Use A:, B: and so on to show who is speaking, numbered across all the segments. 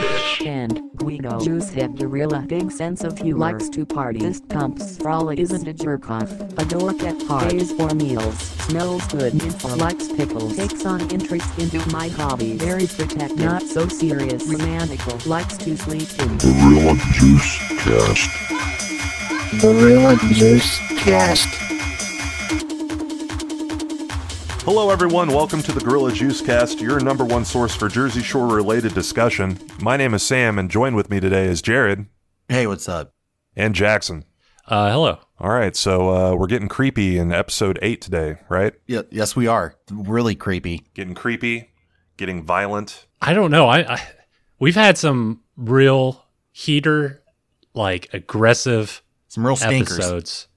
A: weekend, Guido Jews have gorilla big sense of humor. Likes to party. This pumps frolic isn't a jerk off. A dork at parties or meals. Smells good. Info likes pickles. Takes on interest into my hobby. Very protective. Not so serious. Romantical. Likes to sleep in.
B: Gorilla Juice Cast.
C: Gorilla Juice Cast.
D: Hello, everyone. Welcome to the Gorilla Juice Cast, your number one source for Jersey Shore related discussion. My name is Sam, and joined with me today is Jared
E: Hey, what's up?
D: and Jackson.
F: Uh, hello.
D: All right, so uh, we're getting creepy in episode eight today, right?
E: Y- yes, we are. Really creepy.
D: Getting creepy, getting violent.
F: I don't know. I, I we've had some real heater, like aggressive
E: Some real stinkers.
F: episodes,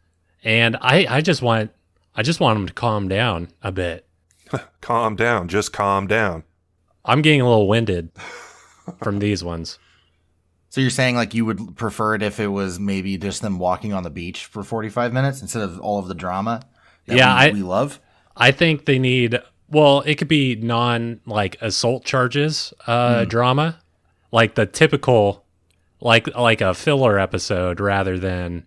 F: and I I just want I just want them to calm down a bit.
D: Calm down, just calm down.
F: I'm getting a little winded from these ones.
E: So you're saying like you would prefer it if it was maybe just them walking on the beach for 45 minutes instead of all of the drama that
F: Yeah,
E: we,
F: I-
E: we love?
F: I think they need well, it could be non like assault charges
E: Hmm.
F: uh drama, like the typical like like a filler episode rather than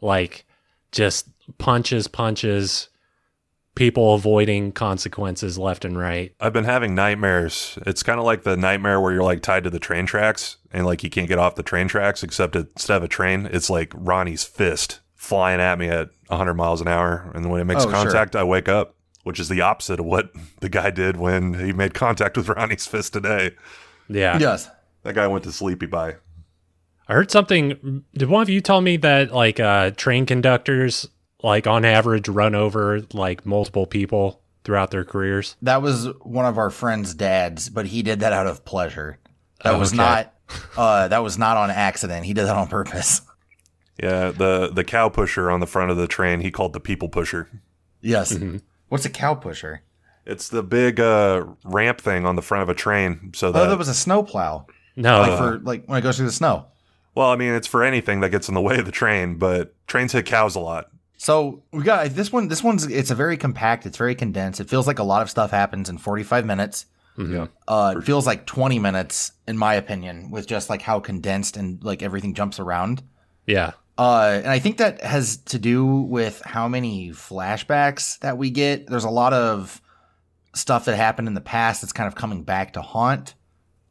F: like just punches punches people avoiding consequences left and right.
D: I've been having nightmares. It's kind of like the nightmare where you're like tied to the train tracks and like you can't get off the train tracks, except instead of a train, it's like Ronnie's fist flying at me at 100 miles an hour. And when it makes
E: Oh, sure.
D: contact, I wake up, which is the opposite of what the guy did when he made contact with Ronnie's fist today.
F: Yeah.
E: Yes.
D: That guy went to sleepy by.
F: I heard something did one of you tell me that like uh train conductors like on average run over like multiple people throughout their careers?
E: That was one of our friend's dads, but he did that out of pleasure. That
F: Oh,
E: was
F: okay.
E: not uh that was not on accident. He did that on purpose.
D: Yeah, the, the cow pusher on the front of the train, he called the people pusher.
E: Yes.
F: Mhm.
E: What's a cow pusher?
D: It's the big uh, ramp thing on the front of a train. So that,
E: oh, that was a snowplow.
F: No.
E: like for like when it goes through the snow.
D: well, I mean, it's for anything that gets in the way of the train, but trains hit cows a lot.
E: So we got this one. This one's it's a very compact. It's very condensed. It feels like a lot of stuff happens in 45 minutes.
F: Mhm.
D: Yeah.
E: Uh, it feels like 20 minutes, in my opinion, with just like how condensed and like everything jumps around.
F: Yeah.
E: Uh, and I think that has to do with how many flashbacks that we get. There's a lot of stuff that happened in the past that's kind of coming back to haunt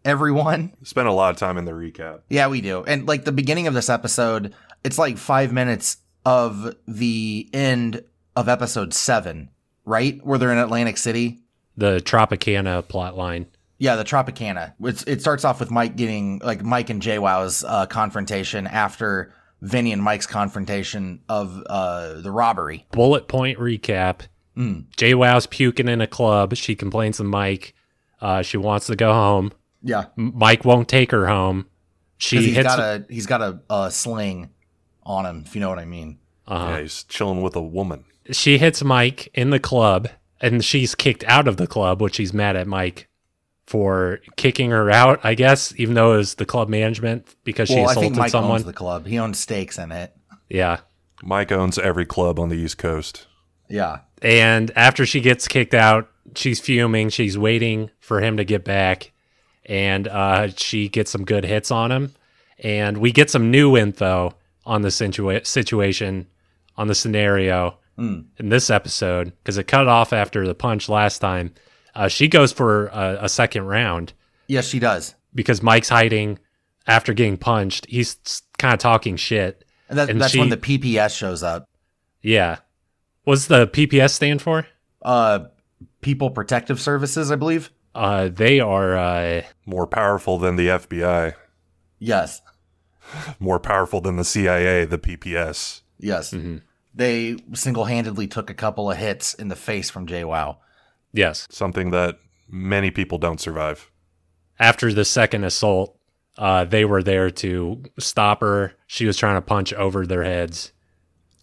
E: everyone.
D: Spent a lot of time in the recap.
E: Yeah, we do. And like the beginning of this episode, it's like five minutes of the end of episode seven, right? Where they're in Atlantic City.
F: the Tropicana plotline.
E: Yeah, the Tropicana. It's, it starts off with Mike getting like Mike and Jay Wow's uh, confrontation after Vinny and Mike's confrontation of uh, the robbery.
F: Bullet point recap.
E: Mm.
F: Jay Wow's puking in a club. She complains to Mike. Uh, she wants to go home.
E: Yeah,
F: M- Mike won't take her home.
E: because
F: She
E: he's
F: hits.
E: got a he's got a, a sling on him, if you know what I mean.
D: Yeah,
F: uh,
D: he's chilling with a woman.
F: She hits Mike in the club, and she's kicked out of the club, which she's mad at Mike for kicking her out. I guess, even though it was the club management because she
E: well, I
F: assaulted
E: think Mike
F: someone.
E: owns the club. He owns stakes in it.
F: yeah.
D: Mike owns every club on the East Coast.
E: Yeah,
F: And after she gets kicked out, she's fuming. She's waiting for him to get back. And uh, she gets some good hits on him. And we get some new info on the situa- situation, on the scenario
E: Mm.
F: in this episode, because it cut off after the punch last time. Uh, she goes for a, a second round
E: yes, she does.
F: because Mike's hiding after getting punched. He's kind of talking shit.
E: And, that,
F: And
E: that's when
F: she-
E: the PPS shows up.
F: Yeah. What's the PPS stand for?
E: uh people protective services i believe
F: Uh, they are. Uh,
D: More powerful than the FBI,
E: yes
D: more powerful than the CIA, the PPS.
E: yes
F: Mhm.
E: they single-handedly took a couple of hits in the face from jay wow
F: yes.
D: Something that many people don't survive.
F: after the second assault, uh, they were there to stop her. She was trying to punch over their heads.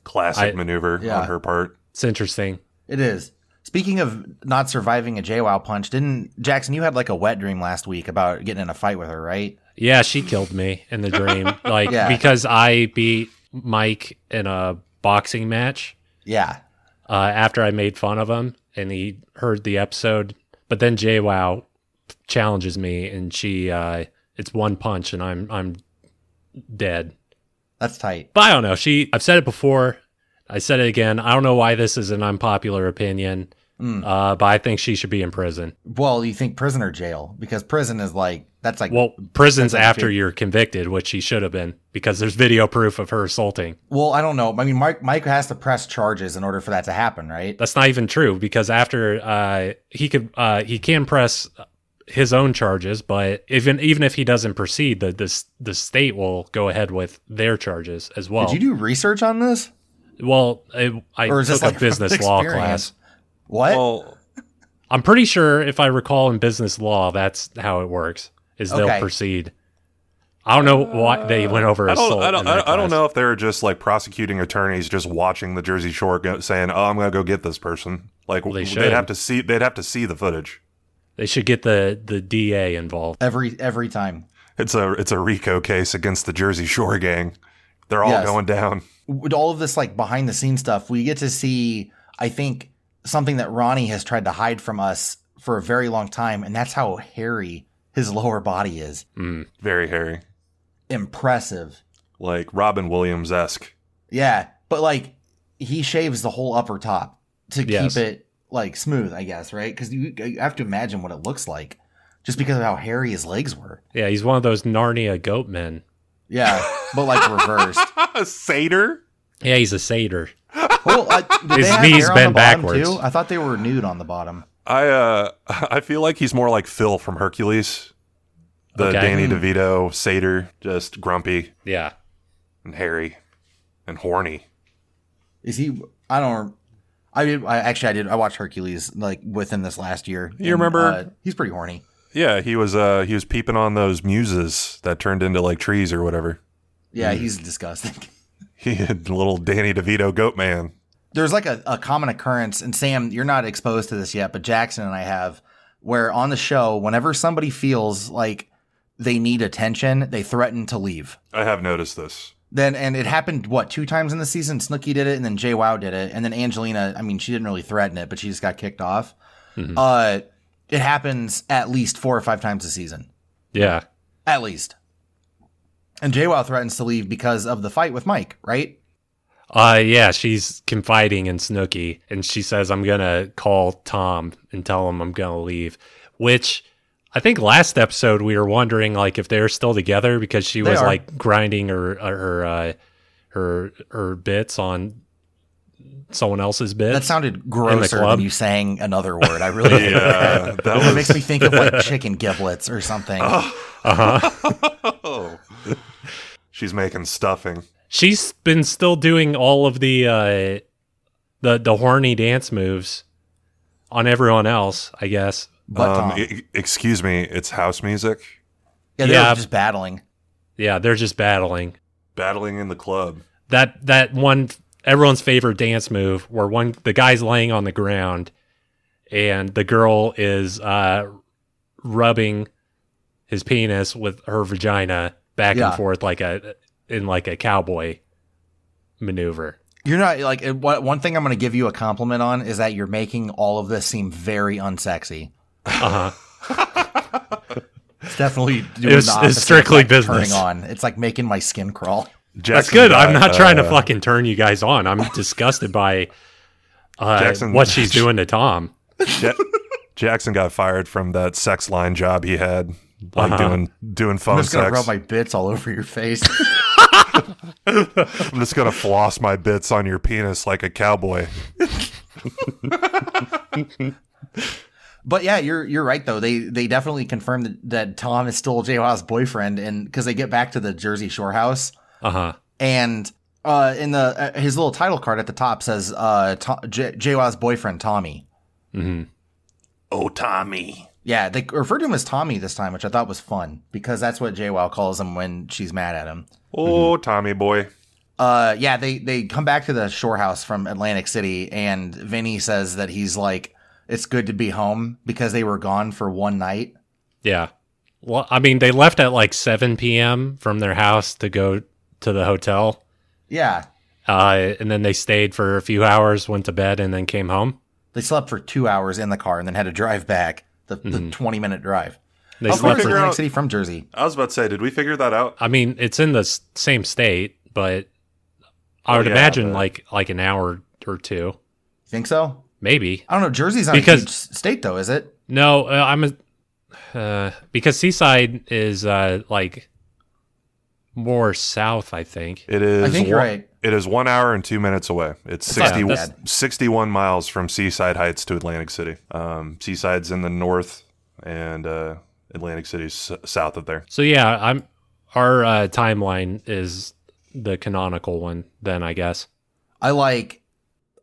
D: Classic
F: I-
D: maneuver
E: Yeah.
D: on her part.
F: It's interesting.
E: it is speaking of not surviving a jay wow punch didn't jackson you had like a wet dream last week about getting in a fight with her right
F: Yeah, she killed me in the dream, like
E: Yeah.
F: because I beat Mike in a boxing match
E: yeah
F: uh, after I made fun of him, and he heard the episode. But then Jay Wow challenges me, and she uh, It's one punch and I'm I'm dead.
E: That's tight.
F: But I don't know. She I've said it before. I said it again. I don't know why this is an unpopular opinion.
E: Mm.
F: Uh, but I think she should be in prison.
E: Well, you think prison or jail? Because prison is like that's like
F: Well, prison's
E: That's actually-
F: after you're convicted, which she should have been, because there's video proof of her assaulting.
E: well, I don't know. I mean, Mike Mike has to press charges in order for that to happen, right?
F: That's not even true, because after uh, he could uh, he can press his own charges, but even even if he doesn't proceed, the the, s- the state will go ahead with their charges as well.
E: Did you do research on this?
F: Well, I, I
E: Or is
F: took
E: this
F: a
E: like
F: business law
E: experience?
F: class.
E: What?
D: Well,
F: I'm pretty sure, if I recall, in business law, that's how it works. Is
E: Okay.
F: they'll proceed. I don't know why they went over
D: Uh, I
F: assault.
D: don't, I
F: in
D: don't,
F: that
D: I, I don't
F: class.
D: know if they were just like prosecuting attorneys just watching the Jersey Shore go, saying, "Oh, I'm gonna go get this person." Like
F: Well, they
D: they
F: should.
D: would have to see, they'd have to see the footage.
F: They should get the the DA involved.
E: every every time.
D: It's a, it's a RICO case against the Jersey Shore gang. They're all
E: Yes.
D: going down.
E: with all of this like behind the scenes stuff, we get to see, I think, something that Ronnie has tried to hide from us for a very long time, and that's how hairy his lower body is.
F: Mm.
D: Very hairy,
E: Impressive.
D: like Robin Williams esque.
E: Yeah. But like he shaves the whole upper top to
F: Yes.
E: keep it like smooth, I guess, right? Because you, you have to imagine what it looks like just because of how hairy his legs were.
F: Yeah, he's one of those Narnia goat men.
E: Yeah. But like reversed.
D: Seder.
F: Yeah, he's a satyr.
E: Well, I, did
F: His
E: they have
F: knees
E: hair on
F: bend
E: the bottom,
F: backwards.
E: Too? I thought they were nude on the bottom.
D: I uh I feel like he's more like Phil from Hercules. The
F: Okay.
D: Danny
E: Hmm.
D: DeVito satyr, just grumpy
F: Yeah,
D: and hairy and horny.
E: Is he? I don't. I did. I actually I did. I watched Hercules like within this last year.
D: You remember-
E: uh, he's pretty horny.
D: Yeah, he was uh he was peeping on those muses that turned into like trees or whatever.
E: Yeah, he's disgusting.
D: He had little Danny DeVito goat man.
E: There's like a, a common occurrence, and Sam, you're not exposed to this yet, but Jackson and I have, where on the show, whenever somebody feels like they need attention, they threaten to leave.
D: I have noticed this.
E: Then and it happened what two times in the season. Snooki did it, and then Jay Wow did it, and then Angelina. I mean, she didn't really threaten it, but she just got kicked off.
F: Mhm.
E: Uh, it happens at least four or five times a season.
F: yeah,
E: At least. And JWoww threatens to leave because of the fight with Mike, right?
F: uh, yeah. She's confiding in Snooky, and she says, "I'm gonna call Tom and tell him I'm gonna leave." Which I think last episode we were wondering like if they're still together because she
E: They
F: was
E: are.
F: like grinding her her uh, her her bits on someone else's bits.
E: That sounded grosser
F: club.
E: than you saying another word. I really hate
D: Yeah,
E: that.
D: uh, that
E: It
D: was- Ah.
E: makes me think of like chicken giblets or something.
F: uh-huh.
D: Oh. She's making stuffing.
F: She's been still doing all of the uh, the the horny dance moves on everyone else, I guess.
E: But
F: um,
E: Tom.
F: uh,
D: e- excuse me, it's house music.
E: yeah, they're
F: yeah.
E: just battling.
F: Yeah, they're just battling.
D: Battling in the club.
F: That that one everyone's favorite dance move where one the guy's laying on the ground and the girl is uh rubbing his penis with her vagina back
E: Yeah.
F: and forth like a in like a cowboy maneuver.
E: You're not like it- one one thing I'm going to give you a compliment on is that you're making all of this seem very unsexy.
F: Uh-huh.
E: It's definitely doing the
F: It's- it's
E: opposite of,
F: strictly
E: like,
F: business.
E: Turning on, it's like making my skin crawl.
F: That's
D: Jackson
F: good. I'm
D: got,
F: not trying to
D: uh,
F: fucking turn you guys on. I'm disgusted by uh,
D: Jackson-
F: what she's doing to Tom.
D: Ja- Jackson got fired from that sex line job he had, like
F: Uh-huh.
D: doing doing phone
E: I'm just going to
D: sex.
E: rub my bits all over your face.
D: I'm just gonna floss my bits on your penis like a cowboy.
E: Mm-hmm. But yeah, you're you're right though. They they definitely confirmed that, that Tom is still Jaywa's boyfriend, and because they get back to the Jersey Shore house,
F: Uh huh.
E: and uh, in the uh, his little title card at the top says uh, To- J- Jaywa's boyfriend Tommy.
F: hmm
D: Oh, Tommy.
E: Yeah, they refer to him as Tommy this time, which I thought was fun because that's what Jaywa calls him when she's mad at him.
D: Oh, Tommy boy.
E: Uh, yeah, they they come back to the shore house from Atlantic City, and Vinny says that he's like, it's good to be home because they were gone for one night.
F: Yeah. Well, I mean, they left at like 7 p.m. from their house to go to the hotel,
E: Yeah,
F: uh, and then they stayed for a few hours, went to bed, and then came home.
E: They slept for two hours in the car and then had to drive back the, the 20 minute drive.
F: They
D: I'll
E: From
F: slept
D: figure
F: for,
D: out-
E: Atlantic City from Jersey.
D: I was about to say, did we figure that out?
F: I mean, it's in the s- same state, but I
D: Oh,
F: would
D: yeah,
F: imagine
D: but-
F: like like an hour or two,
E: Think so?
F: maybe.
E: I don't know. Jersey's not
F: Because-
E: a huge s- state though, is it?
F: No, uh, I'm a, uh, because Seaside is uh like more south, I think.
D: It is.
E: I think you're
D: one,
E: right.
D: It is one hour and two minutes away. It's
E: not
D: 60,
F: that
D: 61 miles from Seaside Heights to Atlantic City. Um, Seaside's in the north, and uh, Atlantic City's s- south of there.
F: So yeah, I'm our uh, timeline is the canonical one then, I guess.
E: I like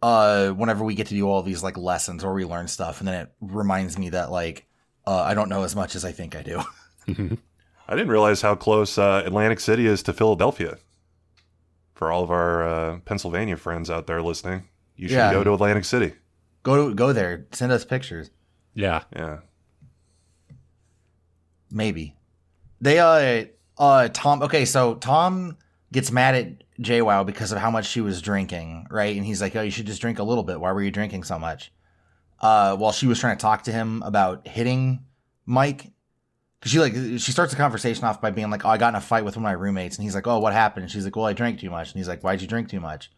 E: uh whenever we get to do all these like lessons where we learn stuff and then it reminds me that like uh, I don't know as much as I think I do.
D: I didn't realize how close uh, Atlantic City is to Philadelphia. For all of our uh, Pennsylvania friends out there listening, you should
E: Yeah.
D: go to Atlantic City.
E: go to, go there, send us pictures.
F: Yeah.
D: Yeah.
E: Maybe. They uh uh Tom okay, so Tom gets mad at JWoww because of how much she was drinking, right? And he's like, Oh, you should just drink a little bit. Why were you drinking so much? Uh while she was trying to talk to him about hitting Mike. Cause she like she starts the conversation off by being like, Oh, I got in a fight with one of my roommates and he's like, Oh, what happened? And she's like, Well, I drank too much. And he's like, Why'd you drink too much?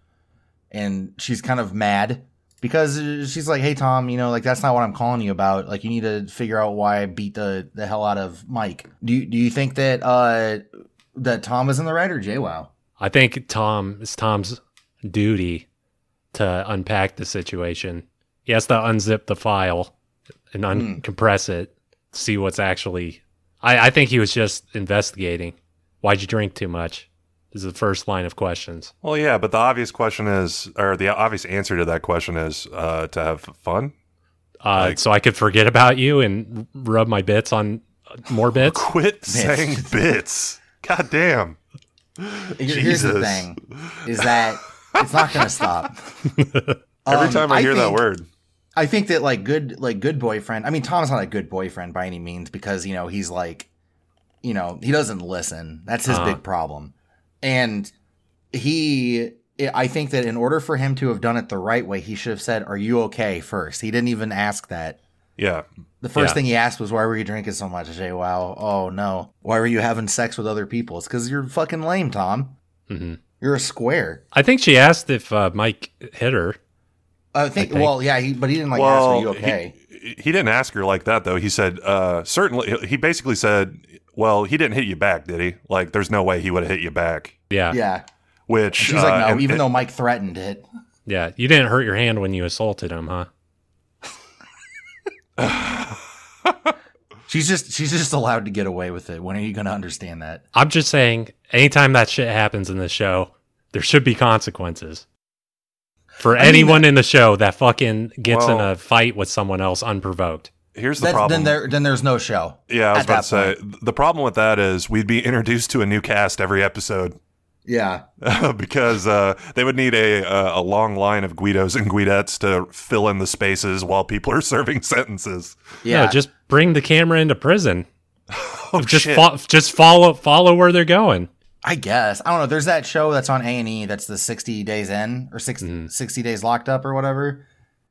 E: And she's kind of mad because she's like, "Hey Tom, you know, like that's not what I'm calling you about. Like you need to figure out why I beat the the hell out of Mike. Do you, do you think that uh that Tom is in the right or JWoww?
F: I think Tom it's Tom's duty to unpack the situation. He has to unzip the file and uncompress it, see what's actually. I, I think he was just investigating. Why'd you drink too much? Is the first line of questions.
D: Well, yeah, but the obvious question is, or the obvious answer to that question is uh, to have fun.
F: Uh, so I could forget about you and rub my bits on uh, more bits.
D: Quit saying bits. God damn.
E: Here- Here's the
D: Jesus.
E: thing: is that it's not going to stop.
D: Every
E: Um,
D: time I, hear that
E: think-
D: word,
E: I think that like good like good boyfriend. I mean, Tom's not a good boyfriend by any means because you know he's like, you know, he doesn't listen. That's his
F: Uh-huh.
E: big problem, and he. I think that in order for him to have done it the right way, he should have said, "Are you okay?" first. He didn't even ask that.
D: yeah,
E: The first
F: Yeah.
E: thing he asked was, "Why were you drinking so much?" I say, "Wow, oh no, why were you having sex with other people?" It's because you're fucking lame, Tom.
F: Mhm.
E: You're a square.
F: I think she asked if uh, Mike hit her.
E: I Uh, think.
F: think.
E: Well, yeah, he, but he didn't like ask, "Are you
D: he-
E: okay?"
D: He, didn't ask her like that though. He said, uh, "Certainly." He basically said, "Well, he didn't hit you back, did he? Like, there's no way he would have hit you back."
F: Yeah. Yeah.
E: yeah,
D: Which
E: she's like,
D: uh,
E: "No,"
D: and-
E: even
D: and-
E: though Mike threatened it.
F: You didn't hurt your hand when you assaulted him, huh?
E: She's just she's just allowed to get away with it. When are you going to understand that?
F: I'm just saying, anytime that shit happens in the show, there should be consequences. For
E: mean,
F: anyone in the show that fucking gets in
D: Well-
F: a fight with someone else unprovoked.
D: here's the
E: That's,
D: problem.
E: then there then there's no show.
D: yeah, I was
E: at
D: about to say
E: that
D: th- the problem with that is we'd be introduced to a new cast every episode
E: Yeah,
D: because uh, they would need a, uh, a a long line of Guidos and Guidettes to fill in the spaces while people are serving sentences.
E: yeah.
F: No, just bring the camera into prison.
D: Oh
F: Just
D: shit!
F: fo- just follow follow where they're going.
E: I guess I don't know. There's that show that's on A and E that's the 60 days in or 60, 60 days locked up or whatever,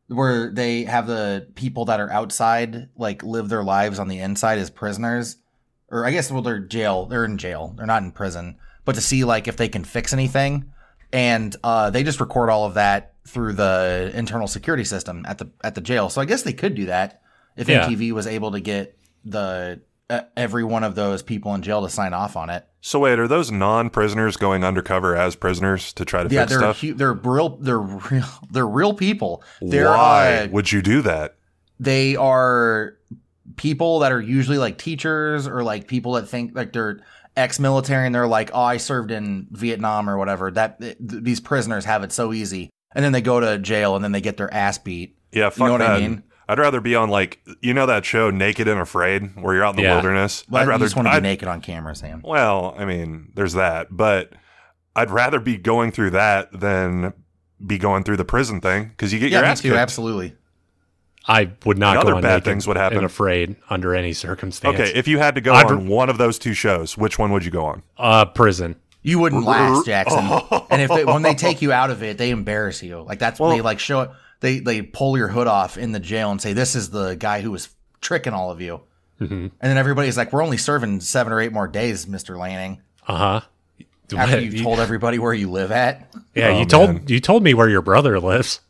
E: where they have the people that are outside like live their lives on the inside as prisoners, or I guess well they're jail they're in jail they're not in prison, but to see like if they can fix anything, and uh, they just record all of that through the internal security system at the at the jail. So I guess they could do that if
F: Yeah.
E: MTV was able to get the uh, every one of those people in jail to sign off on it.
D: So wait, are those non-prisoners going undercover as prisoners to try to
E: Yeah,
D: fix
E: they're
D: stuff?
E: hu- they're real they're real they're real people. They're
D: Why
E: uh,
D: would you do that?
E: they are people that are usually like teachers or like people that think like they're ex-military and they're like, "Oh, I served in Vietnam or whatever." That th- these prisoners have it so easy. And then they go to jail and then they get their ass beat.
D: Yeah, fuck
E: You know what
D: that.
E: I mean?
D: would rather be on like you know that show Naked and Afraid where you're out in the
F: Yeah.
D: wilderness.
E: But
D: I'd rather
E: you just want to
D: I'd-
E: be naked on camera, Sam.
D: Well, I mean, there's that, but I'd rather be going through that than be going through the prison thing because you get your
E: Yeah, me
D: ass
E: too,
D: kicked.
E: absolutely.
F: I would not
D: Another
F: go on
D: bad
F: naked
D: things would happen.
F: and afraid under any circumstance.
D: Okay, if you had to go
F: I'd-
D: on one of those two shows, which one would you go on?
F: Uh prison.
E: You wouldn't last, Jackson. and if they, when they take you out of it, they embarrass you. Like that's when they like show it. They they pull your hood off in the jail and say, "This is the guy who was tricking all of you."
F: Mm-hmm.
E: And then everybody's like, we're only serving seven or eight more days, Mr. Lanning.
F: Uh huh.
E: After you told everybody where you live at.
F: yeah,
D: Oh,
F: you told
D: man.
F: you told me where your brother lives.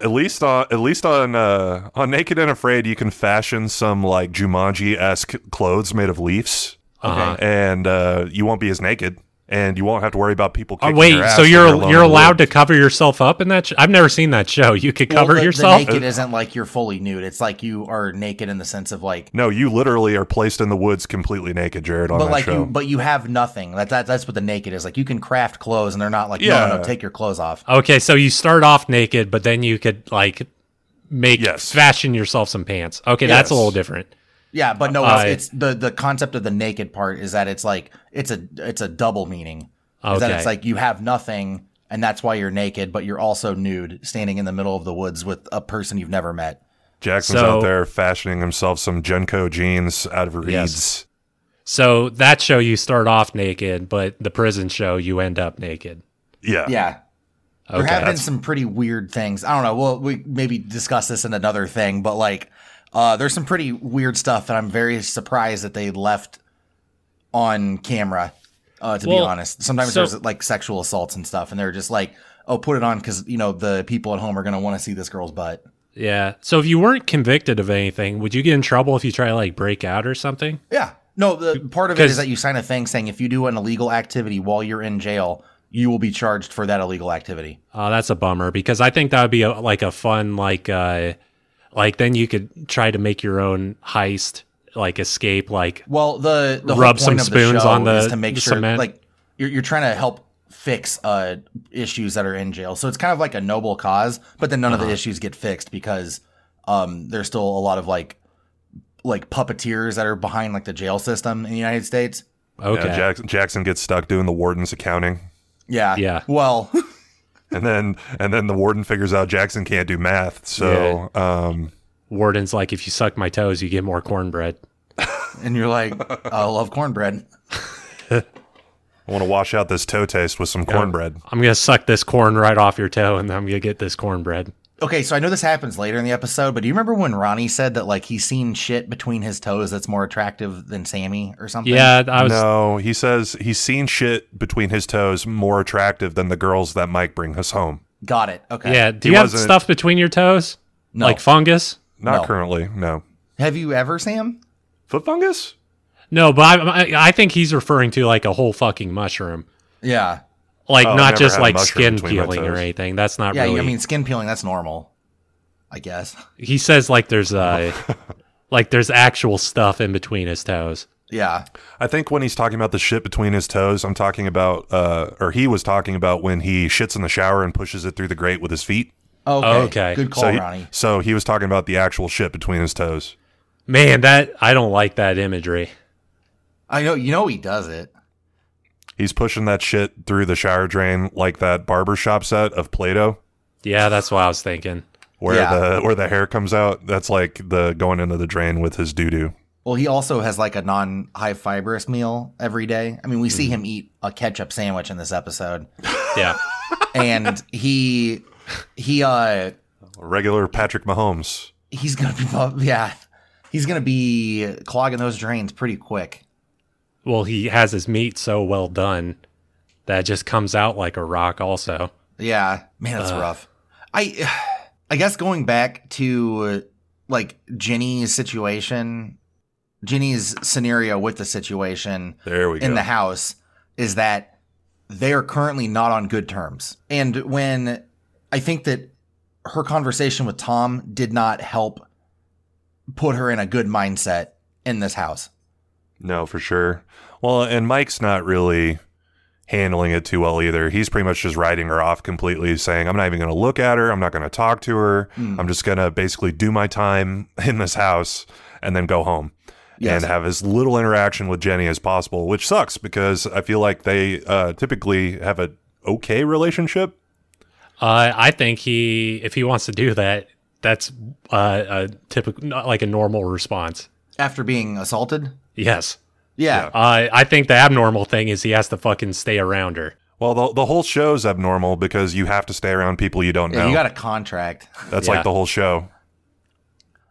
D: At least on at least on uh, on Naked and Afraid, you can fashion some like Jumanji esque clothes made of leaves,
F: Uh-huh.
D: and uh, you won't be as naked, and you won't have to worry about people.
F: Oh,
D: Kicking
F: wait,
D: your ass
F: so
D: when
F: you're
D: alone
F: you're,
D: in the
F: allowed to
D: woods.
F: cover yourself up in that? Sh- I've never seen that show. You could cover
E: Well, the- the
F: yourself.
E: naked isn't like you're fully nude. It's like you are naked in the sense of like,
D: No, you literally are placed in the woods completely naked, Jared. On
E: but
D: that
E: like
D: show,
E: you, but you have nothing. That, that that's what the naked is like. You can craft clothes, and they're not like, no,
D: Yeah.
E: no, take your clothes off.
F: okay, so you start off naked, but then you could like make
D: Yes.
F: fashion yourself some pants. Okay, that's a
D: Yes.
F: little different.
E: Yeah, but no,
F: I-
E: it's, it's the the concept of the naked part is that it's like it's a it's a double meaning. Is that
F: Okay.
E: it's like you have nothing, and that's why you're naked, but you're also nude, standing in the middle of the woods with a person you've never met.
D: Jackson's
F: so-
D: out there fashioning himself some Genko jeans out of reeds.
F: Yes. So that show you start off naked, but the prison show you end up naked.
D: Yeah.
E: Yeah,
F: Okay.
E: there have been some pretty weird things. I don't know. Well, we maybe discuss this in another thing, but like, uh, there's some pretty weird stuff, and I'm very surprised that they left on camera. Uh, to be
F: Well,
E: honest, sometimes
F: so-
E: there's like sexual assaults and stuff, and they're just like, "Oh, put it on," because you know the people at home are gonna want to see this girl's butt.
F: Yeah. So if you weren't convicted of anything, would you get in trouble if you try to like break out or something?
E: Yeah. No, the part of it
F: 'Cause-
E: is that you sign a thing saying if you do an illegal activity while you're in jail, you will be charged for that illegal activity.
F: Oh, that's a bummer because I think that would be a, like a fun like uh like then you could try to make your own heist, like escape like
E: Well, the the
F: Rub
E: whole point
F: some
E: of
F: spoons
E: the show
F: on the-
E: is to make
F: the
E: sure
F: cement.
E: like you're you're trying to help fix uh issues that are in jail. So it's kind of like a noble cause, but then none of
F: Uh-huh.
E: the issues get fixed because um there's still a lot of like like puppeteers that are behind like the jail system in the United States.
D: Yeah,
F: okay.
D: Jackson, Jackson gets stuck doing the warden's accounting,
E: Yeah.
F: Yeah.
E: Well,
D: and then and then the warden figures out Jackson can't do math, so um,
F: Warden's like if you suck my toes, you get more cornbread.
E: and you're like, I love cornbread.
D: I want to wash out this toe taste with some cornbread.
F: I'm gonna suck this corn right off your toe and I'm gonna get this cornbread.
E: Okay, so I know this happens later in the episode, but do you remember when Ronnie said that like he's seen shit between his toes that's more attractive than Sammy or something?
F: Yeah, I was
D: no, he says he's seen shit between his toes more attractive than the girls that Mike bring us home.
E: Got it. Okay.
F: yeah. Do
D: He
F: you have
D: wasn't-
F: stuff between your toes?
E: No.
F: Like fungus?
D: Not
E: No.
D: currently, no.
E: Have you ever, Sam?
D: Foot fungus?
F: No, but I, I I think he's referring to like a whole fucking mushroom.
E: Yeah.
F: Like
D: Oh, I've
F: not
D: never
F: just
D: had a
F: like
D: mushroom
F: skin
D: between my
F: peeling or
D: toes.
F: anything. That's not
E: Yeah.
F: really
E: I mean, skin peeling, that's normal, I guess.
F: he says like there's uh like there's actual stuff in between his toes.
E: Yeah.
D: I think when he's talking about the shit between his toes, I'm talking about, uh, or he was talking about when he shits in the shower and pushes it through the grate with his feet.
E: Okay.
F: okay.
E: Good call,
D: so, he,
E: Ronnie.
D: so he was talking about the actual shit between his toes.
F: Man, that I don't like that imagery.
E: I know, you know, he does it.
D: He's pushing that shit through the shower drain like that barbershop set of Play-Doh.
F: Yeah, that's what I was thinking.
D: Where
E: Yeah.
D: the where the hair comes out, that's like the going into the drain with his doo doo.
E: Well, he also has like a non high fibrous meal every day. I mean, we
F: Mm-hmm.
E: see him eat a ketchup sandwich in this episode,
F: Yeah.
E: and he, he, uh,
D: Regular Patrick Mahomes.
E: he's gonna be bu- yeah he's gonna be clogging those drains pretty quick
F: Well, he has his meat so well done that it just comes out like a rock also.
E: yeah man that's rough i i guess going back to like jenny's situation jenny's scenario with the situation
D: There we
E: in
D: go.
E: the house is that they are currently not on good terms. And when I think that her conversation with Tom did not help put her in a good mindset in this house.
D: no, for sure. Well, and Mike's not really handling it too well either. He's pretty much just writing her off completely, saying, I'm not even going to look at her. I'm not going to talk to her.
E: Hmm.
D: I'm just going to basically do my time in this house and then go home.
E: Yes.
D: And have as little interaction with Jenny as possible, which sucks because I feel like they uh, typically have a okay relationship.
F: Uh, I think he if he wants to do that, that's uh, a typical not like a normal response.
E: After being assaulted?
F: Yes.
E: Yeah.
F: Uh, I think the abnormal thing is he has to fucking stay around her.
D: Well, the, the whole show's abnormal because you have to stay around people you don't
E: Yeah,
D: know.
E: you got a contract.
D: That's
F: Yeah.
D: like the whole show.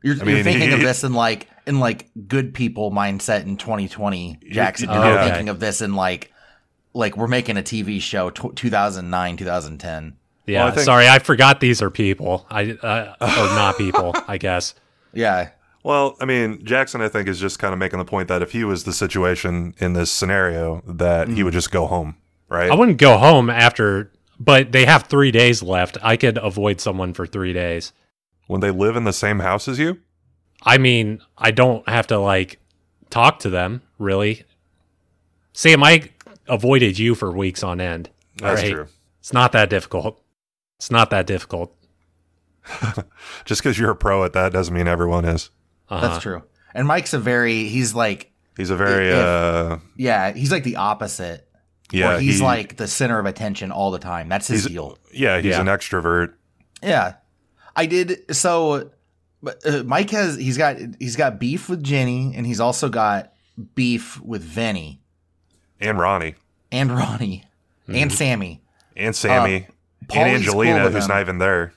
E: You're,
D: I mean,
E: you're thinking of
D: it-
E: this in like in like good people mindset in 2020, Jackson. You're
F: yeah.
E: not
F: Okay.
E: thinking of this in like like we're making a TV show t- 2009, 2010.
F: Yeah,
D: Well, I think-
F: sorry, I forgot these are people. I uh, or not people, I guess.
E: Yeah,
D: Well, I mean, Jackson, I think, is just kind of making the point that if he was the situation in this scenario, that he
E: Mm.
D: would just go home, right?
F: I wouldn't go home after, but they have three days left. I could avoid someone for three days.
D: when they live in the same house as you?
F: I mean, I don't have to like talk to them really. Sam, I avoided you for weeks on end.
D: That's
F: Right.
D: true.
F: It's not that difficult. It's not that difficult.
D: Just because you're a pro at that doesn't mean everyone is.
F: Uh-huh.
E: that's true. And Mike's a very he's like
D: He's a very,
E: If-
D: uh,
E: yeah he's like the opposite.
D: yeah,
E: where he's
D: he-
E: like the center of attention all the time. That's his
D: He's-
E: deal.
D: yeah, he's
F: Yeah.
D: an extrovert.
E: Yeah, I did. So, but, uh, Mike has he's got he's got beef with Jenny, and he's also got beef with Vinny
D: And Ronnie
E: and Ronnie
D: Mm-hmm.
E: and Sammy.
D: and Sammy and
E: Paulie's Uh, cool
D: Angelina,
E: with
D: who's
E: him.
D: not even there.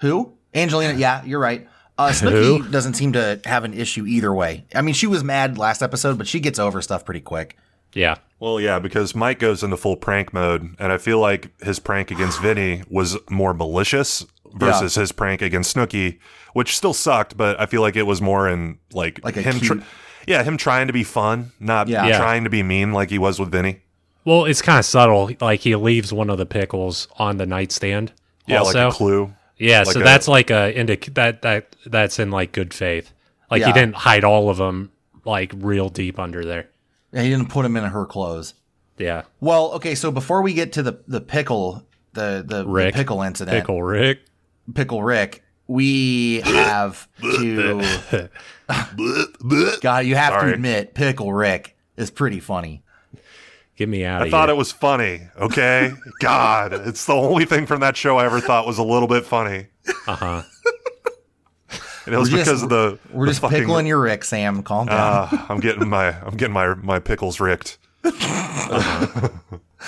E: Who? Angelina. Yeah, you're right. Uh, Snooki doesn't seem to have an issue either way. I mean, she was mad last episode, but she gets over stuff pretty quick.
F: Yeah.
D: Well, yeah, because Mike goes into full prank mode, and I feel like his prank against Vinny was more malicious versus his prank against Snooky, which still sucked, but I feel like it was more in like,
E: Like a
D: him,
E: cute-
D: yeah, him trying to be fun, not
E: Yeah.
F: Yeah.
D: trying to be mean like he was with Vinny.
F: Well, it's kind of subtle. Like he leaves one of the pickles on the nightstand.
D: Yeah,
F: also.
D: like a clue.
F: Yeah,
D: Like
F: so
D: a-
F: that's like a indic that that that's in like good faith. Like
E: Yeah.
F: he didn't hide all of them like real deep under there.
E: And he didn't put him in her clothes.
F: Yeah,
E: Well, okay. So before we get to the the pickle the the, the
F: Rick.
E: pickle incident,
F: pickle Rick.
E: Pickle Rick, we have to. God, you have
D: Sorry.
E: to admit, Pickle Rick is pretty funny.
F: Get me out
D: I
F: of
D: thought
F: here.
D: it was funny, okay? God, it's the only thing from that show I ever thought was a little bit funny.
F: uh huh.
D: And it was
E: just-
D: because of the
E: We're
D: the
E: just
D: fucking-
E: pickling your Rick, Sam. Calm down.
D: Ah, I'm getting my I'm getting my my pickles ricked.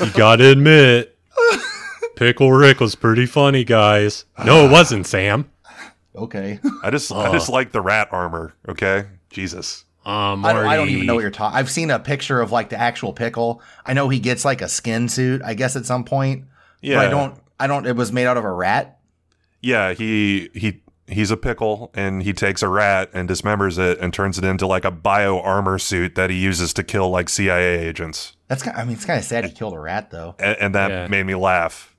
F: You gotta admit, pickle Rick was pretty funny, guys. No, it wasn't, Sam.
E: okay.
D: I just I just like the rat armor. Okay, Jesus.
F: Um,
E: I don't, I don't even know what you're talking. I've seen a picture of like the actual pickle. I know he gets like a skin suit, I guess, at some point.
D: Yeah,
E: But I don't. I don't. It was made out of a rat.
D: Yeah, he he he's a pickle, and he takes a rat and dismembers it and turns it into like a bio armor suit that he uses to kill like CIA agents.
E: That's. Kind I mean, it's kind of sad he killed a rat though.
D: And, and that
F: Yeah.
D: made me laugh.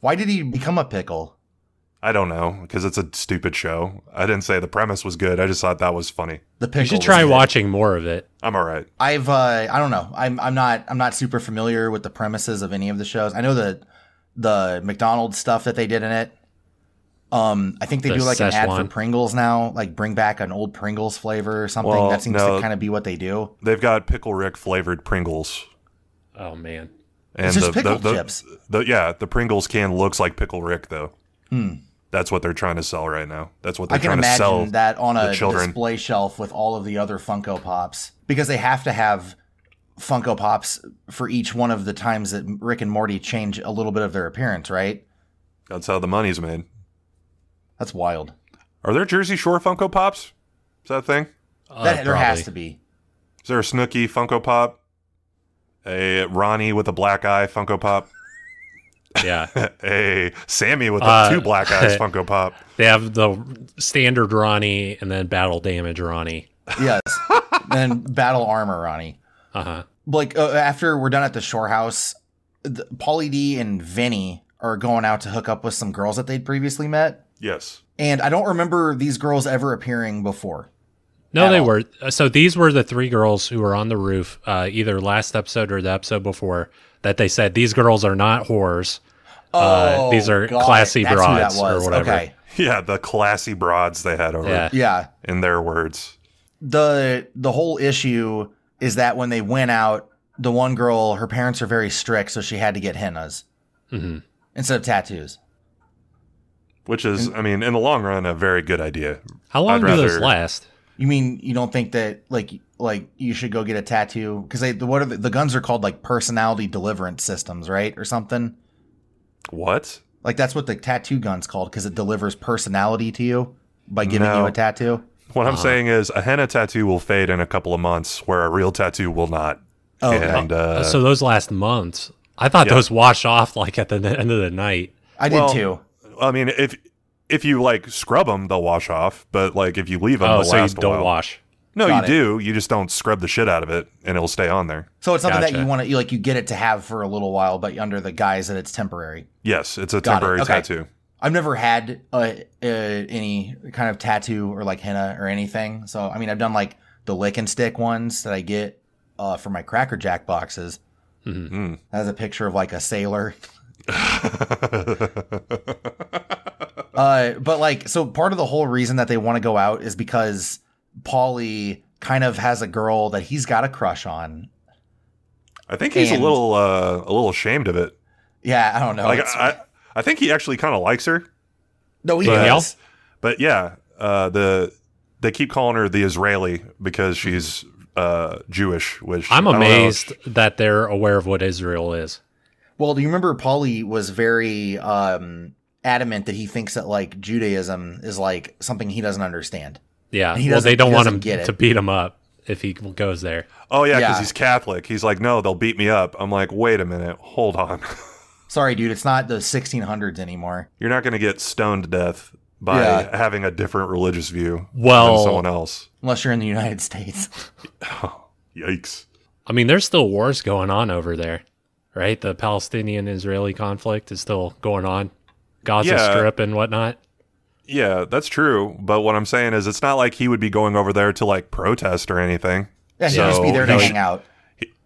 E: Why did he become a pickle?
D: I don't know because it's a stupid show. I didn't say the premise was good. I just thought that was funny.
E: The pickle.
F: You should
E: was
F: try
E: good.
F: watching more of it.
D: I'm all right.
E: I've uh, I don't know. I'm I'm not I'm not super familiar with the premises of any of the shows. I know the the McDonald's stuff that they did in it. Um, I think they
F: The
E: do like an ad for
F: Szechuan.
E: Pringles now, like bring back an old Pringles flavor or something.
D: Well,
E: that seems
D: no.
E: to kind of be what they do.
D: They've got pickle Rick flavored Pringles.
F: Oh man,
D: And
E: It's just pickle chips.
D: the- yeah, the Pringles can looks like pickle Rick though. That's what they're trying to sell right now. That's what they're
E: Hmm. I can
D: trying to sell.
E: imagine that on
D: the
E: a
D: children.
E: display shelf with all of the other Funko Pops because they have to have Funko Pops for each one of the times that Rick and Morty change a little bit of their appearance. Right?
D: That's how the money's made.
E: That's wild.
D: Are there Jersey Shore Funko Pops? Is that a thing?
F: Uh,
E: that there has
F: probably.
E: to be.
D: Is there a Snooky Funko Pop? A Ronnie with a black eye Funko Pop?
F: Yeah,
D: a Sammy with a
F: Uh,
D: two black eyes Funko Pop?
F: they have the standard Ronnie and then battle damage Ronnie.
E: Yes. and battle armor, Ronnie.
F: Uh huh.
E: Like uh, after we're done at the shore house, the, Pauly D and Vinny are going out to hook up with some girls that they'd previously met,
D: Yes.
E: and I don't remember these girls ever appearing before.
F: No,
E: at
F: they
E: all.
F: were. Uh, So these were the three girls who were on the roof, uh, either last episode or the episode before, that they said these girls are not whores. Uh, these are
E: got it.
F: classy
E: Oh, That's who
F: broads or whatever.
E: Okay,
D: Yeah, the classy broads they had over,
F: Yeah.
E: yeah.
D: in their words.
E: the The whole issue is that when they went out, the one girl, her parents are very strict, so she had to get hennas
D: Mm-hmm.
F: Mhm.
E: instead of tattoos.
D: Which is, I mean, in the long run, a very good idea.
F: How long
D: I'd
F: do those
D: rather-
F: last?
E: You mean you don't think that like like you should go get a tattoo because they the, what are the, the guns are called like personality deliverance systems, right, or something?
D: What?
E: Like that's what the tattoo gun's called because it delivers personality to you by giving
D: No.
E: you a tattoo.
D: What I'm
F: Uh-huh.
D: saying is a henna tattoo will fade in a couple of months, where a real tattoo will not.
E: Oh, okay.
D: and uh,
F: so those last months, I thought
D: yeah.
F: those wash off like at the n- end of the night.
E: I did
D: Well,
E: too.
D: I mean, if if you like scrub them, they'll wash off. But like if you leave them,
F: Oh,
D: they'll
F: so you
D: last a
F: don't
D: while.
F: wash.
D: No,
E: Got
D: you
E: it.
D: do. You just don't scrub the shit out of it, and it'll stay on there.
E: So it's something that
F: Gotcha.
E: you want to you like you get it to have for a little while, but under the guise that it's temporary.
D: Yes, it's a
E: Got it.
D: temporary
E: Okay.
D: tattoo.
E: I've never had uh, uh, any kind of tattoo or like henna or anything. So I mean, I've done like the lick and stick ones that I get uh, for my Cracker Jack boxes.
D: Mm.
E: That has a picture of like a sailor. Uh, but like, so part of the whole reason that they want to go out is because Paulie kind of has a girl that he's got a crush on.
D: I think he's
E: And-
D: a little uh, a little ashamed of it.
E: Yeah, I don't know.
D: like
E: It's-
D: I, I think he actually kind of likes her,
E: no, he
F: Danielle?
E: does.
D: but yeah, uh, the they keep calling her the Israeli because she's uh, Jewish. Which
F: I'm
D: I don't know.
F: amazed that they're aware of what Israel is.
E: Well, do you remember Paulie was very um, adamant that he thinks that like Judaism is like something he doesn't understand.
F: Yeah.
E: He
F: Well, they
E: doesn't-
F: don't
E: he
F: want
E: doesn't
F: him
E: get it.
F: to beat him up if he goes there.
D: Oh yeah, because
E: Yeah.
D: he's Catholic. He's like, no, they'll beat me up. I'm like, wait a minute, hold on.
E: Sorry, dude, it's not the 1600s anymore.
D: You're not going to get stoned to death by
E: Yeah.
D: having a different religious view than
F: Well-
D: someone else.
E: Unless you're in the United States.
D: Yikes.
F: I mean, there's still wars going on over there, right? The Palestinian Israeli conflict is still going on, Gaza
D: Yeah.
F: Strip and whatnot.
D: Yeah, that's true. But what I'm saying is, it's not like he would be going over there to like protest or anything.
E: Yeah, he'd just
D: So
E: be there to
D: he
E: hang
D: sh-
E: out.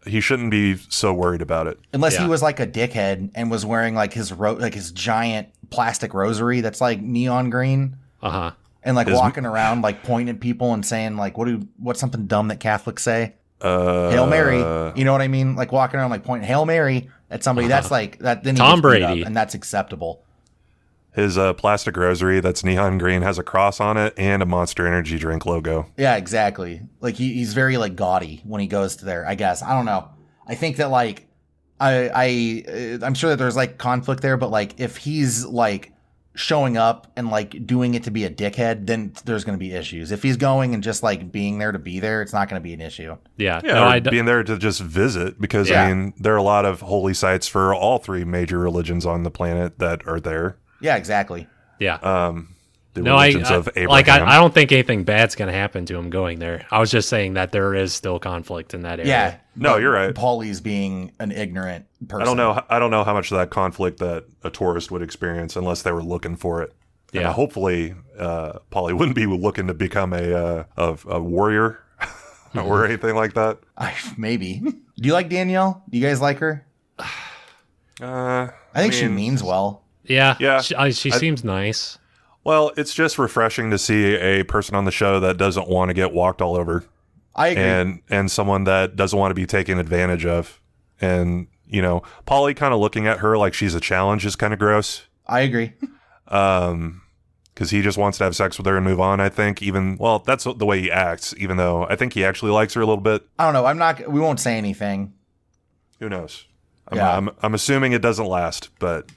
D: He shouldn't be so worried about it.
E: Unless
F: Yeah.
E: he was like a dickhead and was wearing like his ro- like his giant plastic rosary that's like neon green
F: Uh huh.
E: and like
D: His-
E: walking around like pointing at people and saying like what do what's something dumb that Catholics say?
D: Uh,
E: Hail Mary. You know what I mean? Like walking around like pointing Hail Mary at somebody. That's
D: Uh-huh.
E: like that then he
F: Tom
E: gets beat
F: Brady.
E: up, and that's acceptable.
D: His uh, plastic rosary that's neon green has a cross on it and a Monster Energy drink logo.
E: Yeah, exactly. Like he, he's very like gaudy when he goes to there. I guess I don't know. I think that like I I uh, I'm sure that there's like conflict there, but like if he's like showing up and like doing it to be a dickhead, then there's going to be issues. If he's going and just like being there to be there, it's not going to be an issue.
F: Yeah.
D: Yeah,
F: no,
D: or
F: I d-
D: being there to just visit because I
E: Yeah.
D: mean there are a lot of holy sites for all three major religions on the planet that are there.
E: Yeah, exactly.
F: yeah.
D: Um, the
F: No, I,
D: religions
F: I-
D: of Abraham.
F: like I, I don't think anything bad's gonna happen to him going there. I was just saying that there is still conflict in that area.
E: Yeah.
D: no, you're right.
E: Paulie's being an ignorant person.
D: I don't know. I don't know how much of that conflict that a tourist would experience unless they were looking for it. And
F: Yeah.
D: hopefully, uh, Polly wouldn't be looking to become a uh, of a warrior or anything like that.
E: I, maybe. Do you like Danielle? Do you guys like her?
D: Uh,
E: I think she
D: mean,
E: means well.
F: Yeah.
D: Yeah.
F: She, I, she
D: I-
F: seems nice.
D: Well, it's just refreshing to see a person on the show that doesn't want to get walked all over,
E: I agree.
D: and and someone that doesn't want to be taken advantage of, and you know, Polly kind of looking at her like she's a challenge is kind of gross.
E: I agree.
D: um because he just wants to have sex with her and move on i think even well that's the way he acts even though i think he actually likes her a little bit
E: I don't know. I'm not. We won't say anything.
D: who knows i'm,
E: Yeah.
D: I'm, I'm assuming it doesn't last but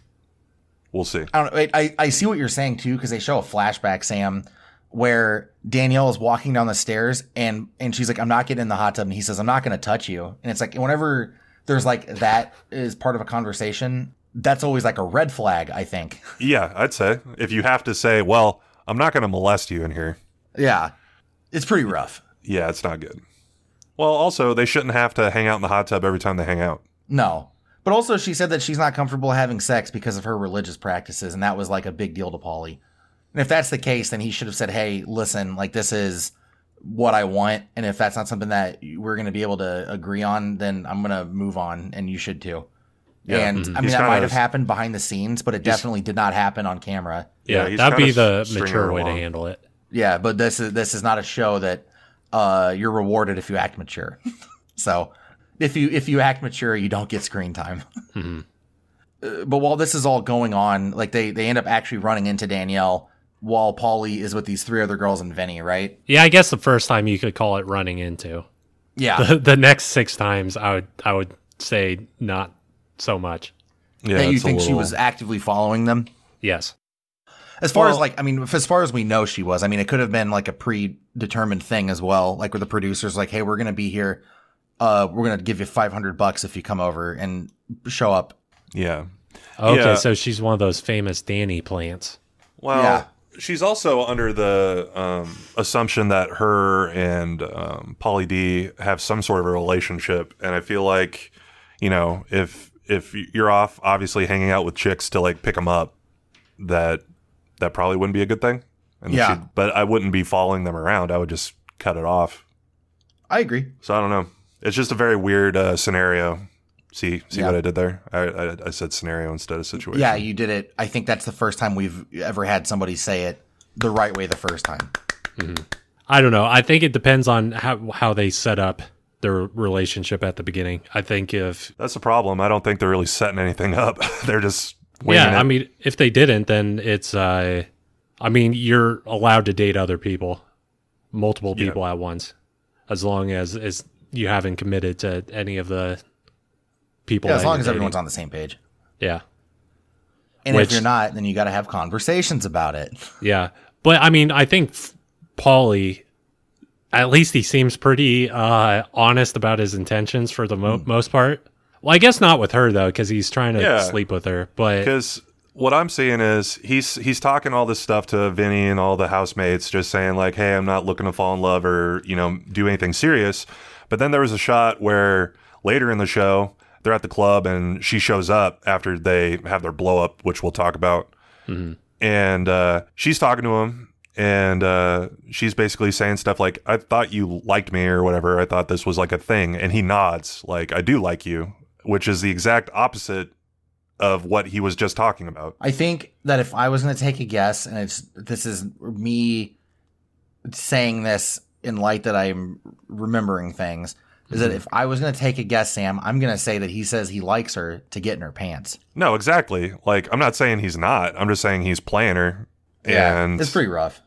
D: we'll see
E: I don't. I I, I see what you're saying too, because they show a flashback, Sam, where Danielle is walking down the stairs and and she's like, "I'm not getting in the hot tub," and he says, "I'm not going to touch you." And it's like whenever there's like that is part of a conversation, that's always like a red flag. I think.
D: yeah i'd say if you have to say well i'm not going to molest you in here
E: Yeah, it's pretty rough.
D: yeah it's not good well also they shouldn't have to hang out in the hot tub every time they hang out
E: No. But also, she said that she's not comfortable having sex because of her religious practices, and that was like a big deal to Polly. And if that's the case, then he should have said, "Hey, listen, like this is what I want, and if that's not something that we're going to be able to agree on, then I'm going to move on, and you should too."
D: Yeah. mm-hmm.
E: and I mean,
D: He's
E: that
D: kinda-
E: might have happened behind the scenes, but it definitely did not happen on camera.
D: Yeah,
F: Yeah.
D: he's
F: that'd be
D: kinda
F: the
D: s- stringing
F: mature
D: her
F: way to
D: along.
F: handle it.
E: Yeah, but this is this is not a show that uh, you're rewarded if you act mature. so if you if you act mature, you don't get screen time.
D: Mm-hmm.
F: Mhm.
E: Uh, but while this is all going on, like they they end up actually running into Danielle while Polly is with these three other girls and Vinny, right?
F: Yeah, I guess the first time you could call it running into.
E: Yeah,
F: The, the next six times, I would I would say not so much.
D: yeah
E: that you
D: it's a
E: think she
D: little-
E: was actively following them.
F: Yes.
E: As far as
D: Well-
E: like, I mean, as far as we know, she was. I mean, it could have been like a predetermined thing as well, like where the producers like, "Hey, we're gonna be here. Uh, we're gonna give you five hundred bucks if you come over and show up."
D: Yeah.
F: Okay,
D: Yeah.
F: so she's one of those famous Danny plants.
D: Well,
E: Yeah.
D: she's also under the um, assumption that her and um, Polly D have some sort of a relationship, and I feel like, you know, if if you're off obviously hanging out with chicks to like pick them up, that that probably wouldn't be a good thing. And
E: Yeah.
D: she'd- but I wouldn't be following them around. I would just cut it off.
E: I agree.
D: So I don't know. It's just a very weird uh, scenario. See, see
E: Yeah.
D: what I did there? I, I I said scenario instead of situation.
E: Yeah, you did it. I think that's the first time we've ever had somebody say it the right way the first time.
F: I don't know. I think it depends on how how they set up their relationship at the beginning. I think if
D: That's the problem. I don't think they're really setting anything up. they're just winging
F: yeah,
D: it.
F: I mean, if they didn't, then it's uh, I mean, you're allowed to date other people, multiple
D: Yeah.
F: people at once, as long as as you haven't committed to any of the people.
E: Yeah, as
F: that
E: long
F: you're
E: as
F: dating.
E: everyone's on the same page.
F: Yeah,
E: And
F: Which-
E: if you're not, then you got to have conversations about it.
F: yeah, but I mean, I think f- Paulie, at least he seems pretty uh honest about his intentions for the mo-
E: Hmm.
F: most part. Well, I guess not with her though, because he's trying to
D: Yeah.
F: sleep with her. But
D: because what I'm seeing is he's he's talking all this stuff to Vinny and all the housemates, just saying like, "Hey, I'm not looking to fall in love or you know do anything serious." But then there was a shot where later in the show they're at the club and she shows up after they have their blow up, which we'll talk about. And uh, she's talking to him, and uh, she's basically saying stuff like, "I thought you liked me or whatever. I thought this was like a thing." And he nods like, "I do like you," which is the exact opposite of what he was just talking about.
E: I think that if I was going to take a guess, and it's this is me saying this in light that I'm remembering things, is
F: Mm-hmm.
E: that if I was going to take a guess, Sam, I'm going to say that he says he likes her to get in her pants.
D: No, exactly. Like I'm not saying he's not. I'm just saying he's playing her. And
E: it's pretty rough.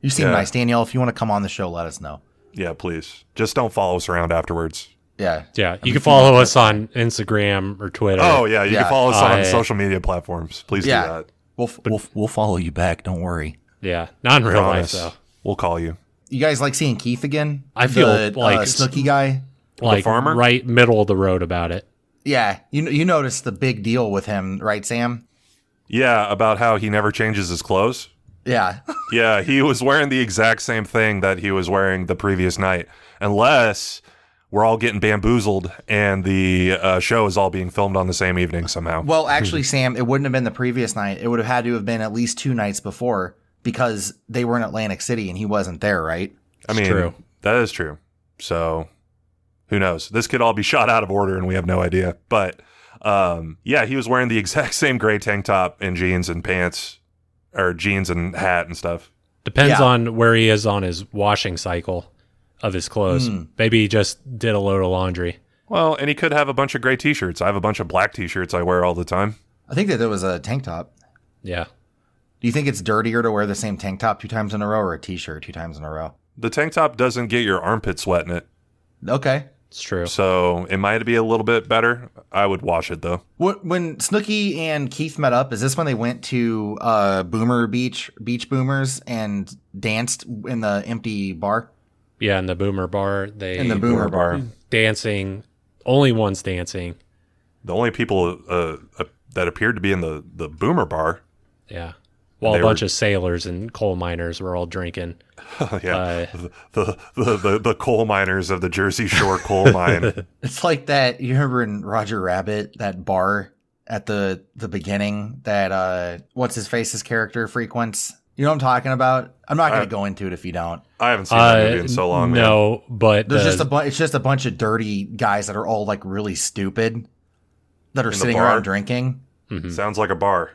E: You seem
D: Yeah.
E: nice, Danielle. If you want to come on the show, let us know.
D: yeah, please just don't follow us around afterwards.
E: Yeah,
F: yeah, you can follow us on Instagram or Twitter.
D: Oh yeah, you
E: Yeah.
D: can follow us on
F: I-
D: social media platforms. Please
E: Yeah.
D: do that.
E: we'll f- we'll f- we'll follow you back. Don't worry.
F: yeah, not in real life
D: Promise.
F: though.
D: We'll call you.
E: You guys like seeing Keith again?
F: I feel
E: The,
F: like
E: uh,
F: it's-
E: Snooky guy.
F: like
D: farmer?
F: right middle of the road about it.
E: Yeah, you you noticed the big deal with him, right, Sam?
D: Yeah, about how he never changes his clothes.
E: Yeah,
D: Yeah, he was wearing the exact same thing that he was wearing the previous night, unless we're all getting bamboozled and the uh, show is all being filmed on the same evening somehow.
E: Well, actually, Sam, it wouldn't have been the previous night. It would have had to have been at least two nights before because they were in Atlantic City and he wasn't there, right?
D: I mean,
F: true.
D: that is true. So who knows? This could all be shot out of order and we have no idea. But um, yeah, he was wearing the exact same gray tank top and jeans and pants or jeans and hat and stuff.
F: Depends
E: Yeah.
F: on where he is on his washing cycle of his clothes.
D: Hmm.
F: Maybe he just did a load of laundry.
D: Well, and he could have a bunch of gray t shirts. I have a bunch of black t shirts I wear all the time.
E: I think that there was a tank top.
F: Yeah.
E: Do you think it's dirtier to wear the same tank top two times in a row or a t shirt two times in a row?
D: The tank top doesn't get your armpit sweat in it.
E: Okay.
F: It's true.
D: So it might be a little bit better. I would wash it though.
E: What, when Snooky and Keith met up, is this when they went to uh, Boomer Beach, Beach Boomers, and danced in the empty bar?
F: Yeah, in the boomer bar, they
E: In the Boomer Bar.
F: dancing. Only one's dancing.
D: The only people uh, uh, that appeared to be in the, the boomer bar.
F: Yeah. While
D: They
F: a bunch
D: were-
F: of sailors and coal miners were all drinking.
D: yeah. the, the, the, the coal miners of the Jersey Shore coal mine.
E: It's like that. You remember in Roger Rabbit that bar at the the beginning that uh, what's his face's character frequents. You know what I'm talking about. I'm not going
D: Uh,
E: to go into it if you don't.
D: I haven't seen that movie in so long. man.
F: Uh, No, but
E: There's
F: the-
E: just a bu- it's just a bunch of dirty guys that are all like really stupid that are
D: the
E: sitting
D: bar?
E: around drinking.
F: mm-hmm.
D: Sounds like a bar.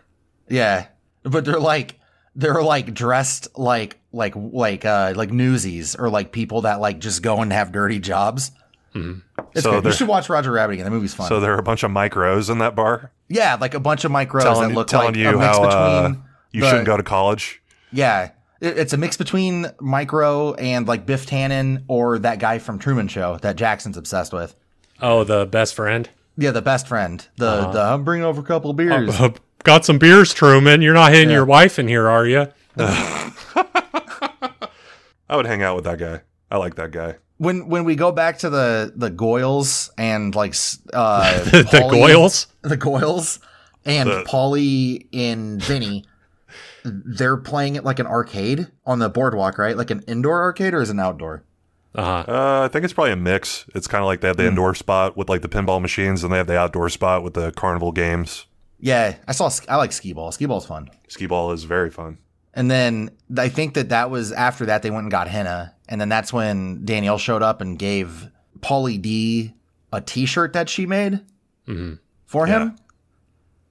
E: Yeah, but they're like they're like dressed like like like uh like newsies or like people that like just go and have dirty jobs. It's
D: Mm-hmm. So
E: good. You
D: they're-
E: should watch Roger Rabbit again. The movie's fun.
D: So there are a bunch of micros in that bar
E: Yeah, like a bunch of micros
D: telling,
E: that look
D: telling
E: like
D: you
E: a mix
D: how uh,
E: between.
D: you
E: the-
D: shouldn't go to college.
E: Yeah, It- it's a mix between micro and like Biff Tannen or that guy from Truman Show that Jackson's obsessed with.
F: oh, the best friend.
D: Uh-huh.
E: Yeah, the best friend. The the I'm bringing over a couple of beers.
F: Hope got some beers, Truman. You're not hitting
E: Yeah.
F: your wife in here, are you?
D: I would hang out with that guy. I like that guy.
E: When when we go back to the the Goyles and like s- uh,
F: the
E: Paulie-
F: Goyles.
E: the Goyles and
D: The-
E: Polly and Vinny, they're playing it like an arcade on the boardwalk, right? Like an indoor arcade or is it an outdoor?
F: Uh-huh.
D: Uh, I think it's probably a mix. It's kind of like they
F: Hmm.
D: have the indoor spot with like the pinball machines, and they have the outdoor spot with the carnival games.
E: Yeah, I saw. I like skee ball. Skee ball's fun.
D: Skee ball is very fun.
E: And then I think that that was after that they went and got henna, and then that's when Danielle showed up and gave Pauly D a T-shirt that she made
F: Mhm.
E: for
D: Mm-hmm. Yeah.
E: him,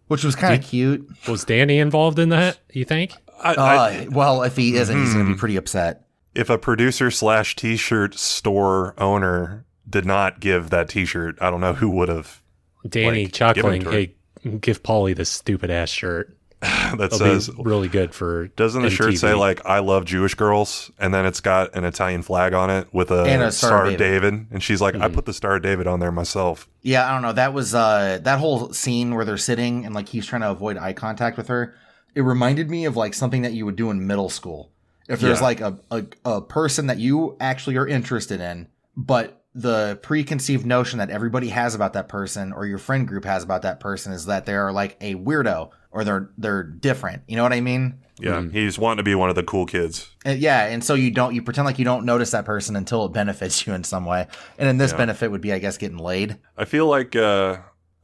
E: which was kind of cute.
F: Was Danny involved in that? You think?
D: I,
E: Uh,
D: I, Mm-hmm.
E: well, if he isn't, he's gonna be pretty upset.
D: if a producer slash t-shirt store owner did not give that t-shirt, I don't know who would have.
F: Danny
D: Like,
F: chuckling.
D: give
F: Hey, give Polly this stupid ass shirt.
D: that
F: It'll
D: says.
F: be really good for.
D: Doesn't the shirt say
F: MTV.
D: like "I love Jewish girls" and then it's got an Italian flag on it with a,
E: And a Star
D: star
E: of
D: of David. And she's like, "I put the star of David on there myself."
E: Yeah, I don't know. That was uh that whole scene where they're sitting and like he's trying to avoid eye contact with her. It reminded me of like something that you would do in middle school. If there's
D: Yeah.
E: like a, a a person that you actually are interested in, but the preconceived notion that everybody has about that person or your friend group has about that person is that they are like a weirdo or they're they're different. You know what I mean?
D: Yeah, Mm-hmm. he's wanting to be one of the cool kids.
E: Uh, yeah, and so you don't you pretend like you don't notice that person until it benefits you in some way. And then this benefit would be, I guess, getting laid.
D: I feel like uh,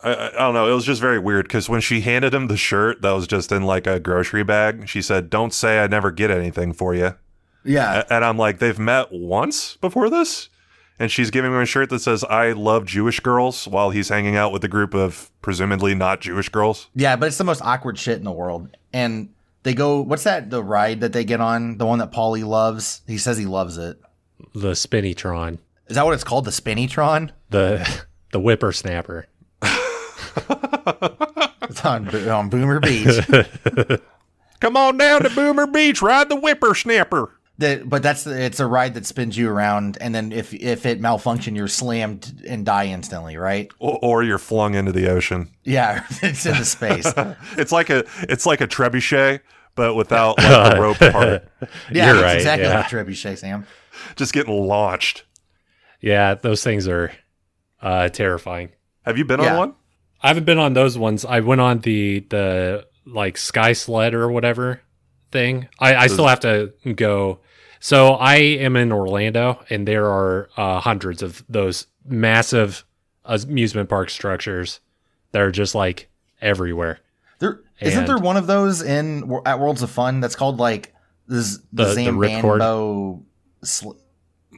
D: I, I I don't know. It was just very weird because when she handed him the shirt that was just in like a grocery bag, she said, "Don't say I never get anything for you."
E: Yeah,
D: A- And I'm like, they've met once before this, and she's giving him a shirt that says "I love Jewish girls" while he's hanging out with a group of presumably not Jewish girls.
E: Yeah, but it's the most awkward shit in the world. And they go, what's that? The ride that they get on, the one that Paulie loves. He says he loves it.
F: the Spinnytron,
E: Is that what it's called? The Spinnytron?
F: the the whippersnapper.
E: It's on, Bo- on Boomer Beach.
D: Come on down to Boomer Beach, ride the whippersnapper.
E: that, but that's the, it's a ride that spins you around, and then if if it malfunction, you're slammed and die instantly, right?
D: Or, or you're flung into the ocean.
E: Yeah, it's into space.
D: It's like a it's like a trebuchet, but without like, the rope part.
E: Yeah,
F: You're
E: that's
F: right,
E: exactly
F: yeah.
E: like trebuchet, Sam.
D: Just getting launched.
F: Yeah, those things are uh, terrifying.
D: Have you been
E: Yeah.
D: on one?
F: I haven't been on those ones. I went on the the like sky sled or whatever thing. I, I still have to go. So I am in Orlando, and there are uh, hundreds of those massive amusement park structures that are just like everywhere.
E: There isn't
F: And-
E: there one of those in Wor- at Worlds of Fun that's called like this the,
F: The- the ripcord.
E: Zambambo sl-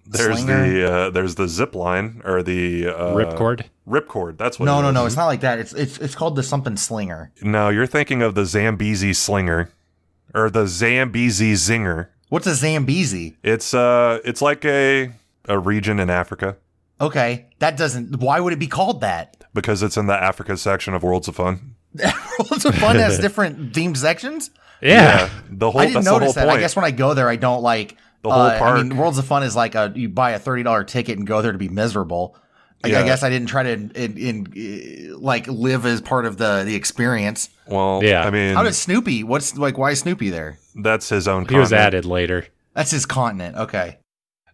D: There's
E: Slinger?
D: the uh, there's the zip line or the uh,
F: Ripcord.
D: Ripcord. That's what.
E: No,
D: it
E: no,
D: is.
E: no. It's not like that. It's it's it's called the something slinger.
D: No, you're thinking of the Zambezi Slinger or the Zambezi Zinger.
E: What's a Zambezi?
D: It's uh it's like a a region in Africa
E: Okay, that doesn't. Why would it be called that?
D: because it's in the Africa section of Worlds of Fun.
E: Worlds of Fun has different themed sections.
F: Yeah.
D: The whole
E: I didn't
D: that's the whole
E: notice that. I
D: point.
E: guess when I go there, I don't like
D: The whole
E: uh, I mean,
D: park.
E: Worlds of Fun is like a you buy a thirty dollar ticket and go there to be miserable. I, I
D: Yeah.
E: guess I didn't try to in, in, uh, like live as part of the the experience.
D: well,
F: Yeah.
D: I mean
E: How does Snoopy? What's like? Why is Snoopy there?
D: that's his own.
F: He was
D: continent.
F: added later.
E: That's his continent. Okay.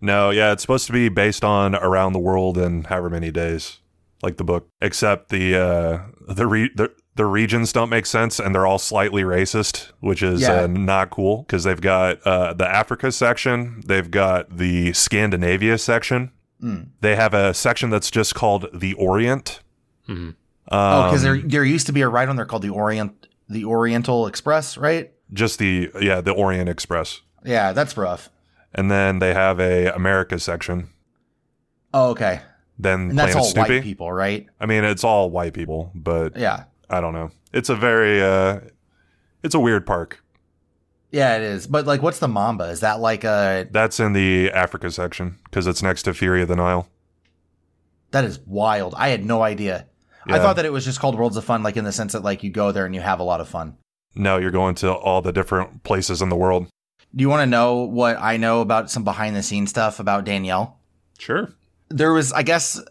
D: No, yeah, it's supposed to be based on around the world in however many days, like the book. Except the uh, the re- the the regions don't make sense, and they're all slightly racist, which is
E: Yeah.
D: uh, not cool because they've got uh, the Africa section, they've got the Scandinavia section,
E: Mm.
D: they have a section that's just called the Orient.
F: Mhm.
E: Oh,
D: Um,
E: because there there used to be a ride on there called the Orient the Oriental Express, right?
D: just the yeah the Orient Express,
E: Yeah, that's rough.
D: and then they have a America section.
E: Oh, okay.
D: Then
E: And that's
D: Planet
E: all
D: Snoopy.
E: white people, right?
D: I mean, it's all white people, but
E: Yeah.
D: I don't know. It's a very uh it's a weird park.
E: Yeah, it is. But like what's the Mamba? Is that like a
D: That's in the Africa section because it's next to Fury of the Nile.
E: that is wild. I had no idea. I
D: Yeah.
E: thought that it was just called Worlds of Fun like in the sense that like you go there and you have a lot of fun.
D: No, you're going to all the different places in the world.
E: Do you want to know what I know about some behind the scenes stuff about Danielle?
D: Sure.
E: There was I guess uh,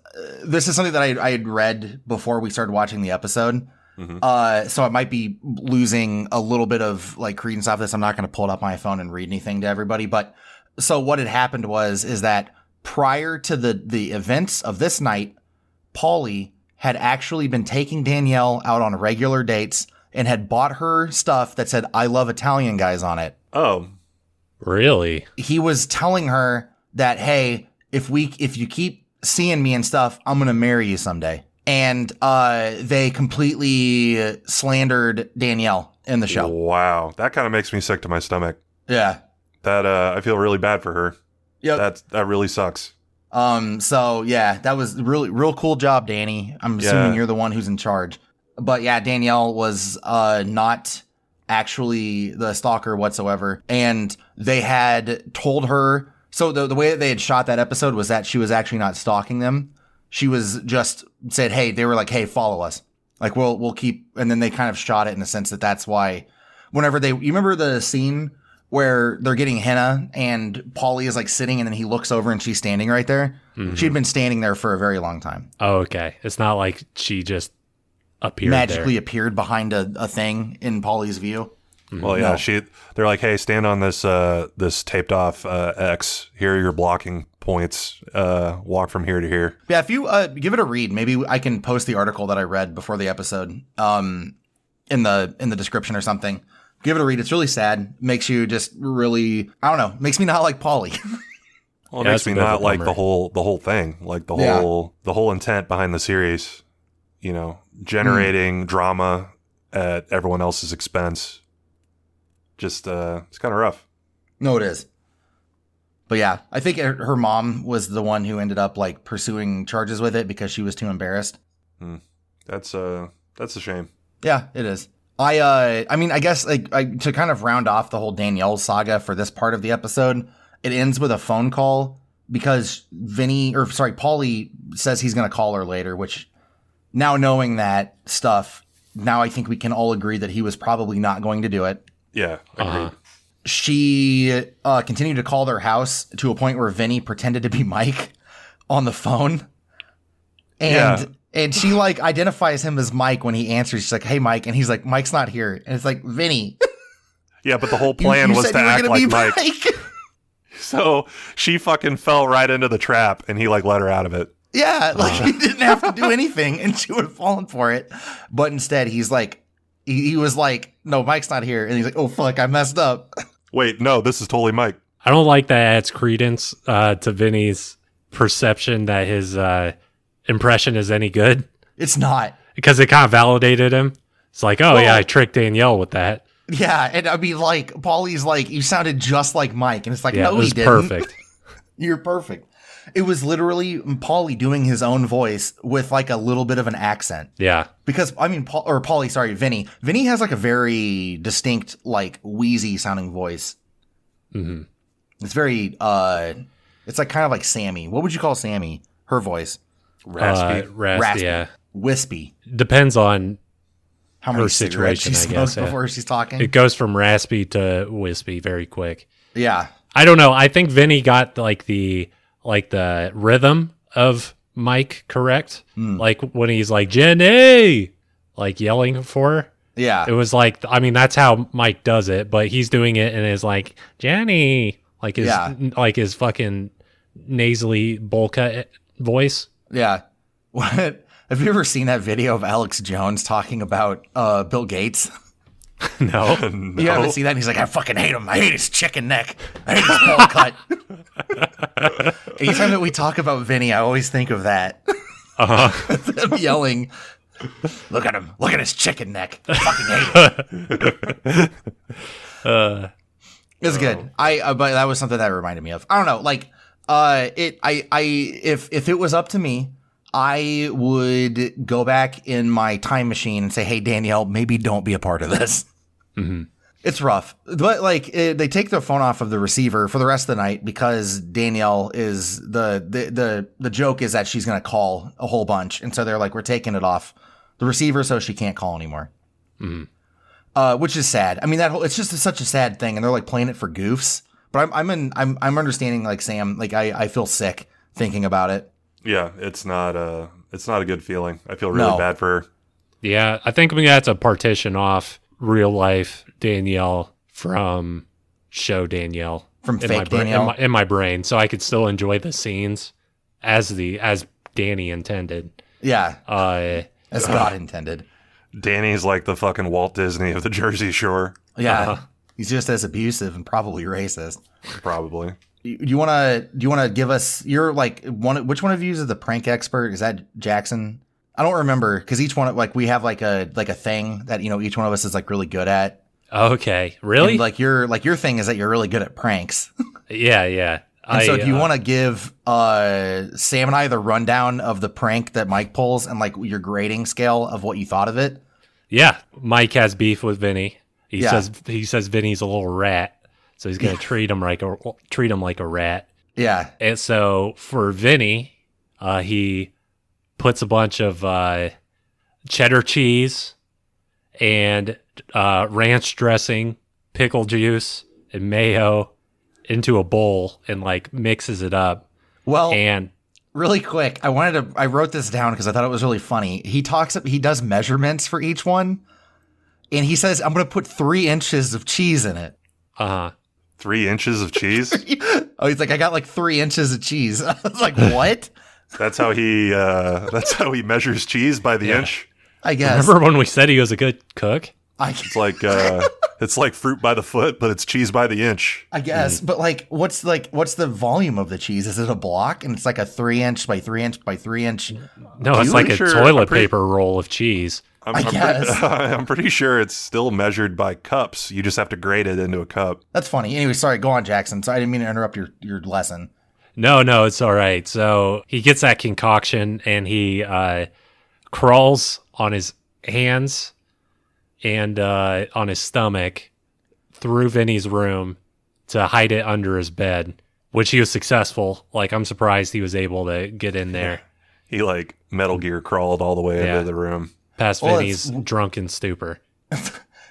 E: this is something that I I had read before we started watching the episode
D: Mhm.
E: Uh, so I might be losing a little bit of like credence off this. I'm not going to pull it up on my phone and read anything to everybody. But so what had happened was is that prior to the the events of this night, Paulie had actually been taking Danielle out on regular dates and had bought her stuff that said "I love Italian guys" on it
D: Oh,
F: Really?
E: he was telling her that hey if we if you keep seeing me and stuff i'm gonna marry you someday and uh they completely slandered danielle in the show
D: wow. That kind of makes me sick to my stomach.
E: yeah
D: That uh, I feel really bad for her.
E: Yep.
D: That's that really sucks.
E: um so yeah that was really real cool job danny i'm
D: Yeah.
E: assuming you're the one who's in charge but yeah danielle was uh not actually the stalker whatsoever and they had told her so the, the way that they had shot that episode was that she was actually not stalking them she was just said hey they were like hey follow us like we'll we'll keep and then they kind of shot it in the sense that that's why whenever they you remember the scene where they're getting henna and Polly is like sitting and then he looks over and she's standing right there she'd been standing there for a very long time
F: Oh, okay. It's not like she just appeared
E: magically
F: there.
E: appeared behind a, a thing in Polly's view
D: Well, yeah,
E: No.
D: she. They're like, hey, stand on this uh, this taped off uh, X. Here are your blocking points. Uh, walk from here to here.
E: Yeah, if you uh, give it a read, maybe I can post the article that I read before the episode um, in the in the description or something. Give it a read. It's really sad. Makes you just really I don't know. Makes me not like Polly.
D: Well, it
F: Yeah,
D: makes
F: that's
D: me
F: a bit of a
D: not like
F: bummer.
D: the whole the whole thing, like the
E: Yeah.
D: whole the whole intent behind the series. You know,
E: Hmm.
D: generating drama at everyone else's expense. Just uh, it's kind of rough.
E: no, it is. But yeah, I think her her mom was the one who ended up like pursuing charges with it because she was too embarrassed.
D: That's uh, that's a shame.
E: Yeah, it is. I uh I mean I guess like I, to kind of round off the whole Danielle saga for this part of the episode, it ends with a phone call because Vinny or sorry, Paulie says he's gonna call her later, which now knowing that stuff, now I think we can all agree that he was probably not going to do it.
D: Yeah, agreed.
F: Uh-huh.
E: She uh continued to call their house to a point where Vinny pretended to be Mike on the phone. And
D: Yeah.
E: and she like identifies him as Mike when he answers. She's like, "Hey, Mike," and he's like, "Mike's not here." And it's like, "Vinny,
D: yeah. But the whole
E: you-
D: plan
E: you
D: was
E: said
D: to
E: you were
D: act
E: gonna be
D: like Mike.
E: Mike.
D: So she fucking fell right into the trap, and he like let her out of it.
E: yeah, like he didn't have to do anything, and she would have fallen for it. But instead, he's like, he, he was like, "No, Mike's not here," and he's like, "Oh fuck, I messed up."
D: Wait, no, this is totally Mike.
F: I don't like that adds credence uh, to Vinny's perception that his uh, impression is any good
E: It's not.
F: because it kind of validated him. It's like, oh, yeah,
E: Well-
F: I tricked Danielle with that.
E: Yeah, and I mean, like, Paulie's like, "You sounded just like Mike," and it's like,
F: Yeah,
E: "No,
F: it was
E: he didn't.
F: perfect.
E: You're perfect." It was literally Paulie doing his own voice with like a little bit of an accent.
F: Yeah.
E: because I mean, Paul or Paulie, sorry, Vinny. Vinny has like a very distinct, like wheezy sounding voice.
F: hmm
E: It's very, uh, it's like kind of like Sammy. What would you call Sammy? Her voice,
D: Raspy.
F: Uh, rasp-
E: Raspy.
F: Yeah.
E: wispy.
F: Depends on
E: How many
F: Her
E: cigarettes
F: situation,
E: she
F: I
E: smokes
F: guess, yeah.
E: before she's talking?
F: it goes from raspy to wispy very quick.
E: yeah,
F: I don't know. I think Vinny got like the like the rhythm of Mike correct.
E: Hmm.
F: Like when he's like Jenny, like yelling for
E: yeah,
F: her. It was like I mean that's how Mike does it, but he's doing it and is like Jenny, like his
E: Yeah.
F: like his fucking nasally bowl cut voice.
E: yeah. What? Have you ever seen that video of Alex Jones talking about uh, Bill Gates?
F: no,
D: no.
E: You haven't seen that? And he's like, I fucking hate him. I hate his chicken neck. I hate his ball cut. Anytime that we talk about Vinny, I always think of that.
F: uh-huh.
E: them yelling. Look at him. Look at his chicken neck. I fucking hate it.
F: uh,
E: It's good. I uh, but that was something that reminded me of. I don't know. Like uh it I I if if it was up to me, I would go back in my time machine and say, "Hey Danielle, maybe don't be a part of this."
F: mhm.
E: It's rough. But like it, they take their phone off of the receiver for the rest of the night because Danielle is the the the, the joke is that she's going to call a whole bunch and so they're like we're taking it off the receiver so she can't call anymore.
F: Mhm.
E: Uh, which is sad. I mean that whole it's just such a sad thing and they're like playing it for goofs. But I'm I'm in, I'm I'm understanding like Sam like I I feel sick thinking about it.
D: Yeah, it's not uh it's not a good feeling. I feel really
E: No.
D: bad for her.
F: Yeah, I think we have to partition off real life Danielle from show Danielle
E: From
F: in my
E: fake
F: bra- in
E: Danielle?
F: my, in my brain, so I could still enjoy the scenes as the as Danny intended.
E: Yeah,
F: Uh,
E: as God intended.
D: Danny's like the fucking Walt Disney of the Jersey Shore,
E: Yeah,
F: Uh-huh.
E: he's just as abusive and probably racist.
D: probably.
E: You- Do you want to? Do you want to give us? You're like one. Which one of you is the prank expert? Is that Jackson? I don't remember because each one like we have like a like a thing that you know each one of us is like really good at.
F: okay, really?
E: And, like your like your thing is that you're really good at pranks.
F: yeah, yeah.
E: And so, do you
F: uh,
E: want to give uh, Sam and I the rundown of the prank that Mike pulls and like your grading scale of what you thought of it?
F: Yeah, Mike has beef with Vinny. He
E: Yeah.
F: says he says Vinny's a little rat, so he's gonna treat him like a treat him like a rat.
E: Yeah,
F: And so for Vinny, uh, he puts a bunch of uh, cheddar cheese and uh, ranch dressing, pickle juice, and mayo into a bowl and like mixes it up.
E: Well,
F: And
E: really quick, I wanted to. I wrote this down because I thought it was really funny. He talks. He does measurements for each one, and he says, "I'm going to put three inches of cheese in it."
F: uh,
D: Three inches of cheese.
E: oh, he's like, "I got like three inches of cheese." I was like, "What?"
D: That's how he. Uh, that's how he measures cheese by the inch.
E: I guess.
F: remember when we said he was a good cook?
E: I,
D: It's like uh, it's like fruit by the foot, but it's cheese by the inch.
E: I guess, but like, what's like, what's the volume of the cheese? Is it a block? And it's like a three inch by three inch by three inch.
F: No, it's
D: you
F: like a
D: sure- I'm
F: toilet
D: pretty-
F: paper roll of cheese.
D: I'm,
E: I
D: I'm
E: guess.
D: Pretty, I'm pretty sure it's still measured by cups. You just have to grade it into a cup.
E: That's funny. Anyway, sorry, go on, Jackson. So I didn't mean to interrupt your, your lesson.
F: No, no, it's all right. So he gets that concoction and he uh, crawls on his hands and uh, on his stomach through Vinny's room to hide it under his bed, which he was successful. Like, I'm surprised he was able to get in there
D: He like
E: Mm.
D: Metal Gear crawled all the way
F: Yeah.
D: into the room.
F: past
E: Well,
F: Vinny's drunken stupor.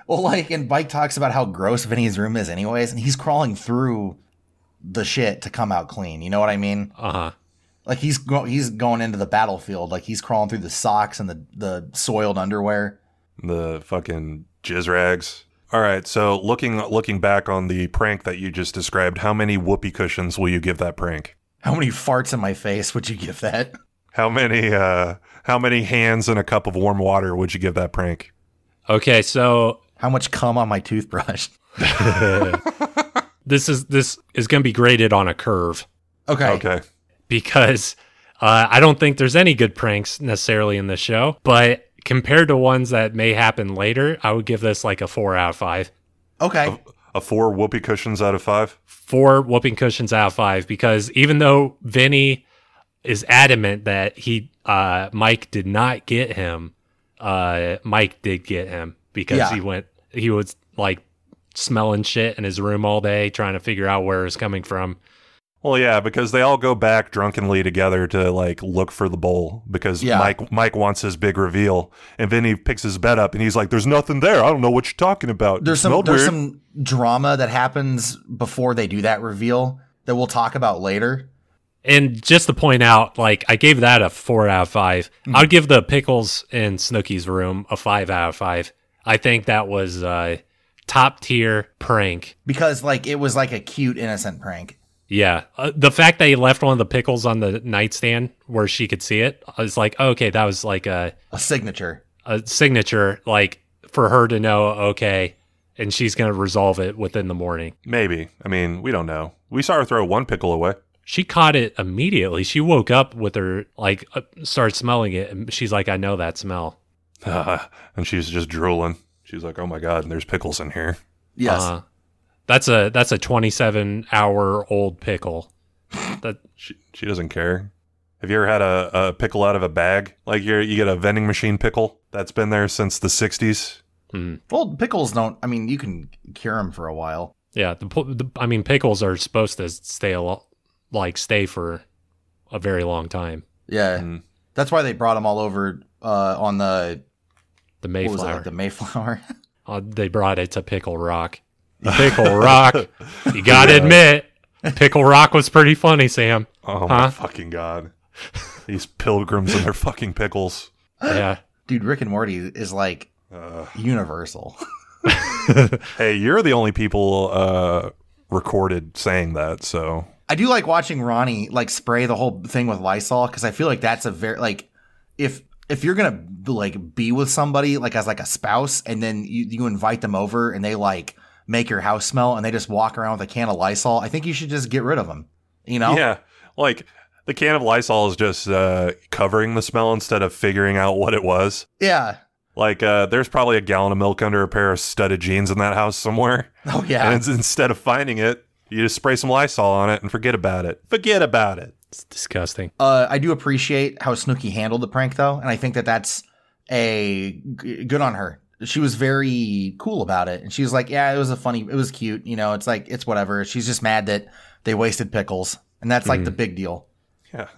E: Well, like, and Mike talks about how gross Vinny's room is, anyways, and he's crawling through the shit to come out clean. You know what I mean?
F: Uh huh.
E: Like he's go- he's going into the battlefield. Like he's crawling through the socks and the the soiled underwear.
D: the fucking jizz rags. All right, so looking looking back on the prank that you just described, how many whoopee cushions will you give that prank?
E: How many farts in my face would you give that?
D: How many uh how many hands and a cup of warm water would you give that prank?
F: Okay, so
E: How much cum on my toothbrush?
F: this is this is going to be graded on a curve.
E: Okay.
D: Okay.
F: because uh, I don't think there's any good pranks necessarily in this show. But compared to ones that may happen later, I would give this like a four out of five.
E: Okay.
D: A four whoopee cushions out of five?
F: Four whooping cushions out of five because even though Vinny is adamant that he uh, Mike did not get him, uh, Mike did get him because
E: Yeah.
F: he went he was like smelling shit in his room all day trying to figure out where it was coming from.
D: Well yeah, because they all go back drunkenly together to like look for the bowl because
E: Yeah.
D: Mike Mike wants his big reveal and then he picks his bed up and he's like, There's nothing there. I don't know what you're talking about. It
E: There's some
D: smelled
E: there's
D: weird."
E: some drama that happens before they do that reveal that we'll talk about later.
F: And just to point out, like I gave that a four out of 5 i I'd give the pickles in Snooky's room a five out of five. I think that was a top tier prank.
E: because like it was like a cute innocent prank.
F: Yeah, uh, the fact that he left one of the pickles on the nightstand where she could see it, I was like, okay, that was like a
E: A signature.
F: a signature, like for her to know, okay, and she's gonna resolve it within the morning.
D: Maybe. I mean, we don't know. We saw her throw one pickle away.
F: She caught it immediately. She woke up with her like uh, started smelling it, and she's like, I know that smell.
D: and she's just drooling. She's like, "Oh my god, there's pickles in here."
E: Yes.
F: Uh, that's a that's a 27 hour old pickle. That
D: She she doesn't care. Have you ever had a, a pickle out of a bag? Like you you get a vending machine pickle that's been there since the '60s.
E: well, pickles don't. I mean, you can cure them for a while.
F: yeah, the, pu- the I mean pickles are supposed to stay a lo- like stay for a very long time.
E: Yeah.
D: Mhm.
E: That's why they brought them all over uh, on the
F: The
E: what was it,
F: Mayflower.
E: like the Mayflower.
F: Uh, they brought it to Pickle Rock. Pickle Rock. You got to admit, Pickle Rock was pretty funny, Sam.
D: Oh my
F: Huh?
D: fucking god! These pilgrims and their fucking pickles.
F: Yeah.
E: Dude, Rick and Morty is like
D: Uh,
E: universal.
D: hey, you're the only people uh, recorded saying that, so
E: I do like watching Ronnie like spray the whole thing with Lysol because I feel like that's a very like if if you're gonna like be with somebody like as like a spouse and then you, you invite them over and they like make your house smell and they just walk around with a can of Lysol, I think you should just get rid of them. You know?
D: yeah, like the can of Lysol is just uh, covering the smell instead of figuring out what it was.
E: Yeah.
D: Like, uh, there's probably a gallon of milk under a pair of studded jeans in that house somewhere.
E: Oh yeah.
D: And it's, instead of finding it, you just spray some Lysol on it and forget about it. Forget about it.
F: It's disgusting.
E: Uh, I do appreciate how Snooki handled the prank though, and I think that that's a g- good on her. She was very cool about it, and she was like, "Yeah, it was a funny, it was cute, you know. It's like it's whatever." She's just mad that they wasted pickles, and that's like the
F: Hmm.
E: big deal.
D: Yeah.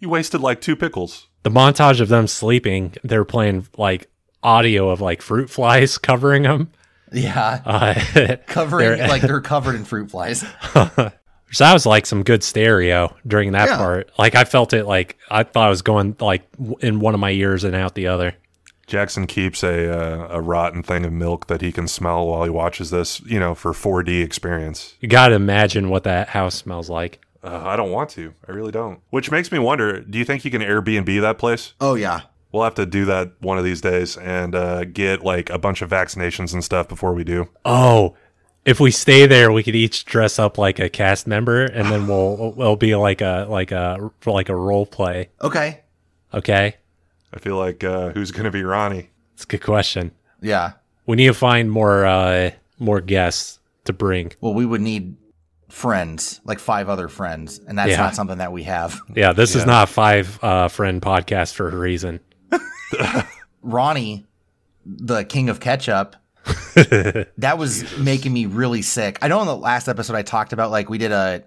D: You wasted like two pickles.
F: The montage of them sleeping, they're playing like audio of like fruit flies covering them.
E: Yeah,
F: Uh,
E: covering
F: They're-
E: like they're covered in fruit flies.
F: so that was like some good stereo during that
E: Yeah.
F: part. Like I felt it like I thought I was going like w- in one of my ears and out the other.
D: Jackson keeps a uh, a rotten thing of milk that he can smell while he watches this, you know, for 4D experience.
F: You got to imagine what that house smells like.
D: Uh, I don't want to. I really don't. Which makes me wonder, do you think you can Airbnb that place?
E: Oh yeah,
D: We'll have to do that one of these days and uh, get like a bunch of vaccinations and stuff before we do.
F: Oh, if we stay there, we could each dress up like a cast member, and then we'll we'll be like a like a for like a role play.
E: okay,
F: Okay,
D: I feel like uh, who's going to be Ronnie?
F: it's a good question.
E: yeah.
F: We need to find more uh more guests to bring.
E: Well, we would need friends, like five other friends, and that's
F: Yeah.
E: not something that we have.
F: Yeah, this
D: Yeah.
F: is not a five uh, friend podcast for a reason.
E: Ronnie, the king of ketchup, that was making me really sick. I know in the last episode I talked about like we did a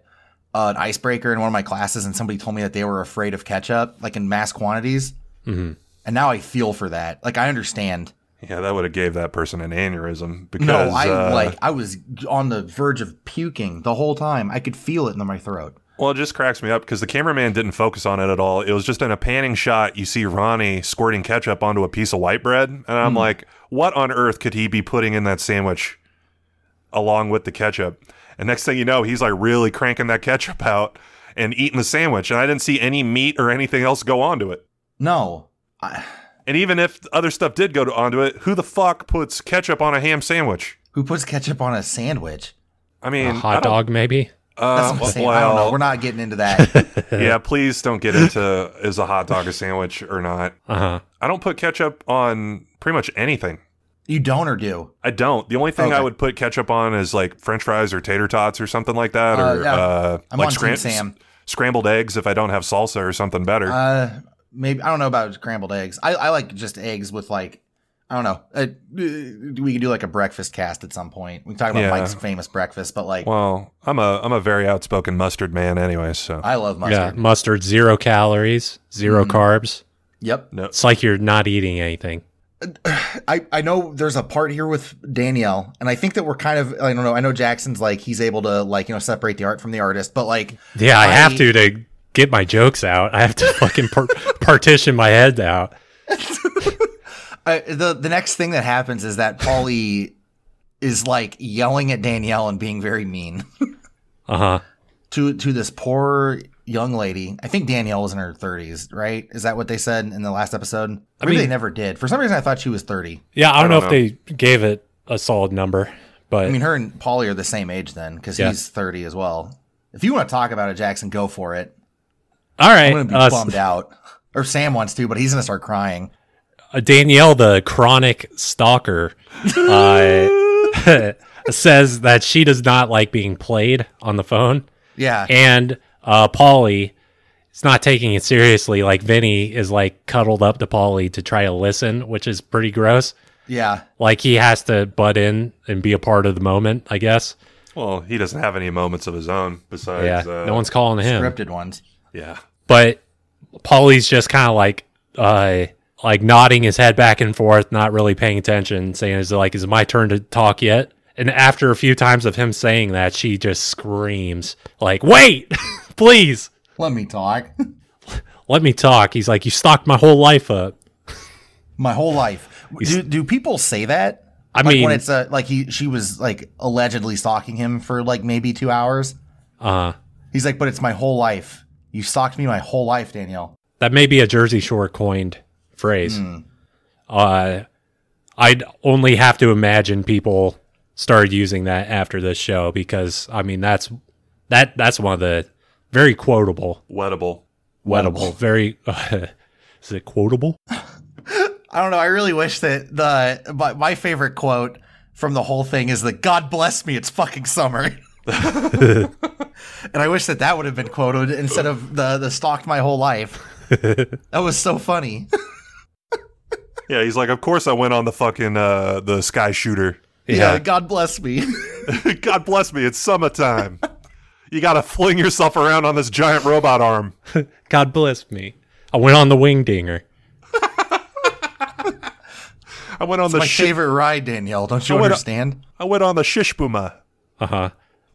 E: an icebreaker in one of my classes, and somebody told me that they were afraid of ketchup, like in mass quantities.
D: Mm-hmm.
F: Mhm.
E: And now I feel for that. Like I understand.
D: Yeah, that would have gave that person an aneurysm because
E: no, I
D: uh,
E: like I was on the verge of puking the whole time. I could feel it in my throat.
D: Well, it just cracks me up because the cameraman didn't focus on it at all. It was just in a panning shot. You see Ronnie squirting ketchup onto a piece of white bread, and I'm
E: Hmm.
D: like, "What on earth could he be putting in that sandwich, along with the ketchup?" And next thing you know, he's like really cranking that ketchup out and eating the sandwich, and I didn't see any meat or anything else go onto it.
E: No, I,
D: And even if other stuff did go to, onto it, who the fuck puts ketchup on a ham sandwich?
E: who puts ketchup on a sandwich?
D: I mean,
F: A
D: I
F: hot
D: don't-
F: dog, maybe.
D: Uh,
E: That's what I'm saying.
D: well,
E: I don't know. We're not getting into that.
D: yeah, please don't get into is a hot dog a sandwich or not.
F: Uh huh.
D: I don't put ketchup on pretty much anything.
E: you don't or do?
D: I don't. The only thing I
E: Okay.
D: would put ketchup on is like French fries or tater tots or something like that,
E: Uh,
D: or
E: yeah.
D: uh,
E: I'm
D: like
E: on Team
D: scram-
E: Sam.
D: scrambled eggs if I don't have salsa or something better.
E: Uh, maybe I don't know about scrambled eggs. I, I like just eggs with like I don't know. Uh, we could do like a breakfast cast at some point. We can talk about
D: Yeah.
E: Mike's famous breakfast, but like
D: well, I'm a I'm a very outspoken mustard man anyway, so
E: I love
F: Yeah,
E: mustard. Mm-hmm.
F: mustard, zero calories, 0 carbs.
E: Yep.
D: no.
F: It's like you're not eating anything.
E: I I know there's a part here with Danielle, and I think that we're kind of I don't know. I know Jackson's like he's able to like you know separate the art from the artist, but like
F: Yeah, I,
E: I-
F: have to to get my jokes out. I have to fucking par- partition my head out.
E: I, uh, the the next thing that happens is that Polly is like yelling at Danielle and being very mean.
F: Uh huh.
E: to to this poor young lady. I think Danielle was in her 30s, right? Is that what they said in the last episode? Maybe
F: mean-
E: they never did. For some reason, I thought she was 30.
F: Yeah, I don't, know,
D: don't
F: if they gave it a solid number, but
E: I mean, her and Polly are the same age then, because
F: Yeah.
E: he's 30 as well. If you want to talk about it, Jackson, go for it.
F: all right.
E: I'm gonna be
F: uh,
E: bummed out. Or Sam wants to, but he's gonna start crying.
F: uh, Danielle, the chronic stalker, uh, says that she does not like being played on the phone,
E: Yeah,
F: and uh, Polly is not taking it seriously. Like Vinny is like cuddled up to Polly to try to listen, which is pretty gross.
E: yeah.
F: Like he has to butt in and be a part of the moment, I guess.
D: Well, he doesn't have any moments of his own
F: Yeah,
D: besides. uh,
F: no one's calling him.
E: Scripted ones.
D: Yeah.
F: but Paulie's just kind of like uh like nodding his head back and forth, not really paying attention, saying is it like is it my turn to talk yet? And after a few times of him saying that, she just screams like, "Wait, please,
E: Let me talk.
F: let me talk." He's like, "You stocked my whole life up."
E: my whole life. Do, do people say that?
F: I
E: Like,
F: mean-
E: when it's a, like he she was like allegedly stalking him for like maybe two hours. Uh-huh.
F: Uh,
E: He's like, but it's my whole life. You stalked me my whole life, Danielle.
F: that may be a Jersey Shore coined phrase.
E: Hmm.
F: Uh, I'd only have to imagine people started using that after this show because I mean that's that that's one of the very quotable,
D: Wettable.
F: wettable, very is it quotable?
E: I don't know. I really wish that the my, my favorite quote from the whole thing is that God bless me, it's fucking summer. and I wish that that would have been quoted instead of the the stalked my whole life. that was so funny.
D: Yeah, he's like, of course I went on the fucking uh, the sky shooter.
E: Yeah, God bless me.
D: God bless me, it's summertime. you gotta fling yourself around on this giant robot arm.
F: God bless me. I went on the wing dinger.
D: I went on the
E: my
D: shi-
E: favorite ride, Danielle. Don't you
D: I went-
E: understand?
D: I went on the shishpuma.
F: Uh huh.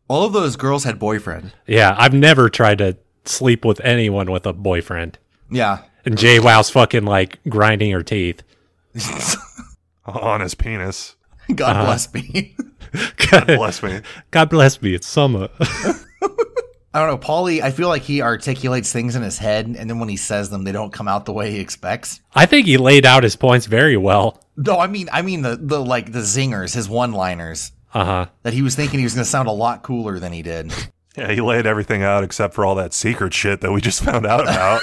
E: All of those girls had boyfriend.
F: Yeah, I've never tried to sleep with anyone with a boyfriend.
E: Yeah.
F: And Jay Wow's fucking like grinding her teeth.
D: on his penis.
E: God
F: Uh-huh.
E: bless me.
D: Bless me.
F: God bless me. It's summer.
E: I don't know, Paulie. I feel like he articulates things in his head, and then when he says them, they don't come out the way he expects.
F: I think he laid out his points very well.
E: No, I mean, I mean the the like the zingers, his one liners
F: Uh huh.
E: that he was thinking he was going to sound a lot cooler than he did.
D: Yeah, he laid everything out except for all that secret shit that we just found out about.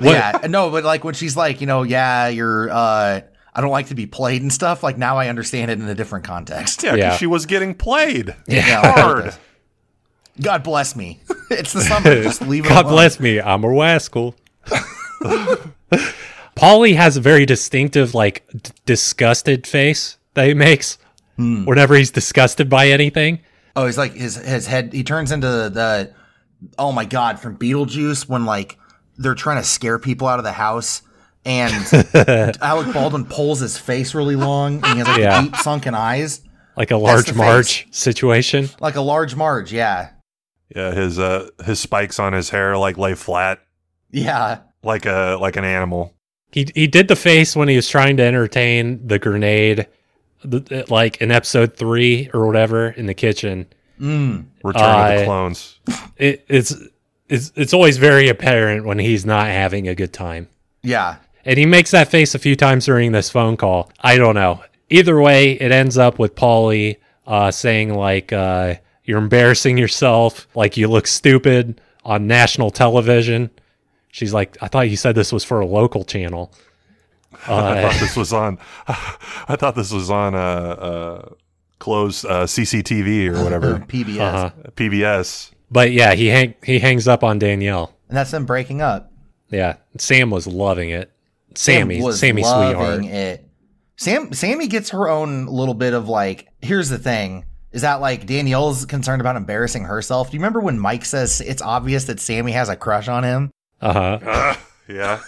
E: yeah, no, but like when she's like, you know, yeah, you're, uh, I don't like to be played and stuff. Like now I understand it in a different context.
D: yeah, 'cause
F: Yeah.
D: she was getting played.
E: Yeah, I like
D: Hard.
E: this. God bless me. it's the summer. Just leave it.
F: God
E: alone.
F: bless me. I'm a rascal. Polly has a very distinctive, like, d- disgusted face that he makes
E: Hmm.
F: whenever he's disgusted by anything.
E: Oh, he's like his his head. He turns into the oh my god from Beetlejuice when like they're trying to scare people out of the house, and Alec Baldwin pulls his face really long, and he has like
F: Yeah.
E: deep sunken eyes,
F: Like a
E: the
F: large
E: face.
F: Marge situation.
E: like a large Marge. Yeah,
D: Yeah, his uh his spikes on his hair like lay flat
E: yeah.
D: like a like an animal.
F: He he did the face when he was trying to entertain the grenade, th- th- like in episode three or whatever in the kitchen.
E: Mm.
D: Return of
F: I-
D: the clones.
F: It, it's it's it's always very apparent when he's not having a good time,
E: Yeah.
F: and he makes that face a few times during this phone call. I don't know. Either way, it ends up with Paulie uh, saying like uh, you're embarrassing yourself, like you look stupid on national television. She's like, I thought you said this was for a local channel.
D: I
F: Uh,
D: thought this was on I thought this was on uh uh closed uh CCTV or whatever.
E: PBS.
F: uh-huh.
D: PBS.
F: But yeah, he hang he hangs up on Danielle.
E: And that's them breaking up.
F: Yeah, Sam was loving it. Sammy,
E: Sam was
F: Sammy,
E: loving
F: sweetheart.
E: It. Sam Sammy gets her own little bit of like. Here's the thing: is that like Danielle's concerned about embarrassing herself? Do you remember when Mike says it's obvious that Sammy has a crush on him?
F: Uh huh.
D: Yeah.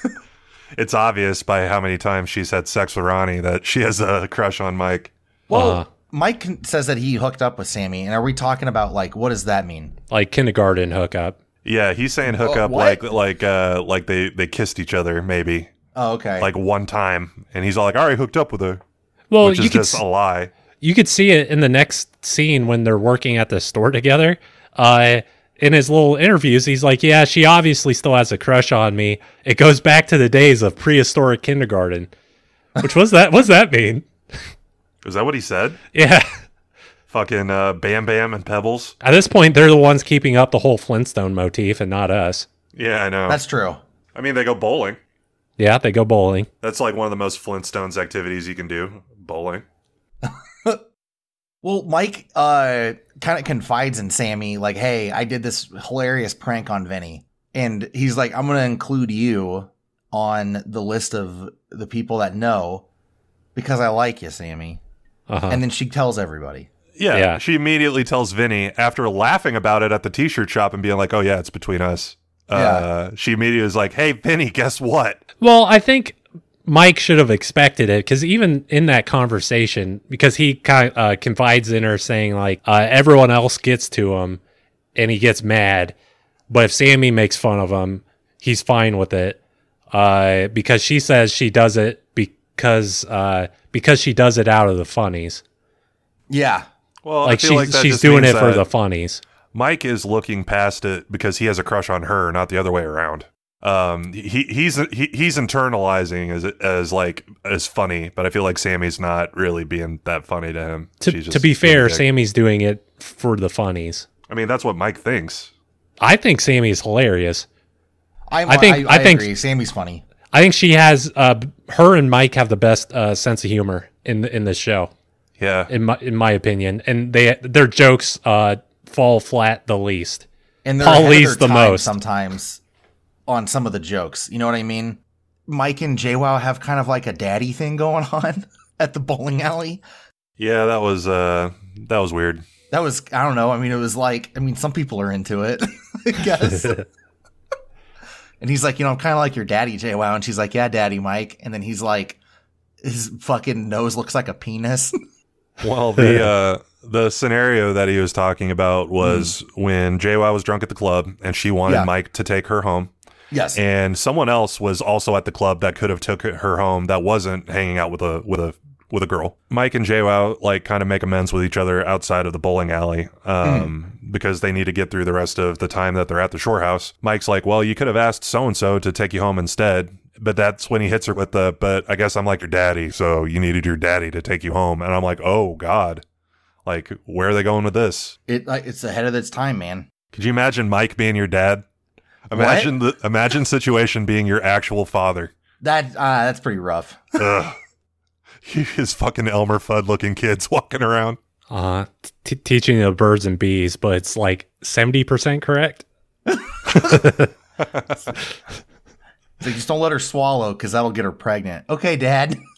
D: it's obvious by how many times she's had sex with Ronnie that she has a crush on Mike.
E: Well,
F: Uh-huh.
E: Mike con- says that he hooked up with Sammy, and are we talking about like what does that mean?
F: Like kindergarten hookup.
D: Yeah, he's saying hook
E: Uh,
D: up
E: what?
D: like like uh like they they kissed each other maybe
E: Oh, okay.
D: like one time and he's all like I already hooked up with her,
F: Well,
D: which
F: you
D: is
F: could
D: just
F: s-
D: a lie.
F: you could see it in the next scene when they're working at the store together. Uh, in his little interviews, he's like, "Yeah, she obviously still has a crush on me." It goes back to the days of prehistoric kindergarten, which was that. What's that mean?
D: Is that what he said?
F: Yeah.
D: Fucking uh, Bam Bam and Pebbles.
F: At this point, they're the ones keeping up the whole Flintstone motif, and not us.
D: Yeah, I know.
E: that's true.
D: I mean, they go bowling.
F: Yeah, they go bowling.
D: That's like one of the most Flintstones activities you can do. Bowling.
E: Well, Mike uh, kind of confides in Sammy, like, "Hey, I did this hilarious prank on Vinny," and he's like, "I'm going to include you on the list of the people that know because I like you, Sammy."
F: Uh huh.
E: And then she tells everybody.
D: Yeah,
F: Yeah.
D: She immediately tells Vinny after laughing about it at the t-shirt shop and being like, "Oh yeah, it's between us." Uh, She immediately is like, "Hey, Vinny, guess what?"
F: Well, I think Mike should have expected it because even in that conversation, because he ki uh, confides in her saying like uh, everyone else gets to him, and he gets mad, but if Sammy makes fun of him, he's fine with it. uh, because she says she does it because uh, because she does it out of the funnies.
E: Yeah.
D: Well,
F: Like
D: I
F: she's
D: feel like that
F: she's
D: just
F: doing it
D: means
F: for
D: that
F: the funnies.
D: Mike is looking past it because he has a crush on her, not the other way around. Um, he he's he, he's internalizing as as like as funny, but I feel like Sammy's not really being that funny to him.
F: To,
D: She's
F: to
D: just
F: be
D: being a
F: fair,
D: dick.
F: Sammy's doing it for the funnies.
D: I mean, that's what Mike thinks.
F: I think Sammy's hilarious.
E: I'm,
F: I think- I think-
E: agree. Sammy's funny.
F: I think she has uh, her and Mike have the best uh, sense of humor in the, in this show,
D: Yeah,
F: in my in my opinion, and they their jokes uh, fall flat the least.
E: And they're
F: Paul
E: ahead of
F: Lee's
E: their
F: the
E: time
F: most.
E: sometimes on some of the jokes. You know what I mean? Mike and JWoww have kind of like a daddy thing going on at the bowling alley.
D: yeah, that was uh that was weird.
E: That was I don't know. I mean, it was like I mean, some people are into it, I guess. and he's like, you know, I'm kind of like your daddy, Jay Wow, and she's like, yeah, daddy, Mike. And then he's like, his fucking nose looks like a penis.
D: Well, the uh, the scenario that he was talking about was when JY was drunk at the club and she wanted
E: Yeah.
D: Mike to take her home,
E: yes,
D: and someone else was also at the club that could have took her home that wasn't hanging out with a with a with a girl. Mike and JY like kind of make amends with each other outside of the bowling alley um, because they need to get through the rest of the time that they're at the shore house. Mike's like, "Well, you could have asked so and so to take you home instead." But that's when he hits her with the, but I guess I'm like your daddy, so you needed your daddy to take you home. And I'm like, oh God. Like, where are they going with this?
E: it like, it's ahead of its time, man.
D: Could you imagine Mike being your dad? Imagine the imagine situation being your actual father.
E: That uh, that's pretty rough.
D: Ugh. His fucking Elmer Fudd looking kids walking around.
F: Uh, t- teaching the birds and bees, but it's like seventy percent correct.
E: It's like, just don't let her swallow because that'll get her pregnant. Okay, Dad.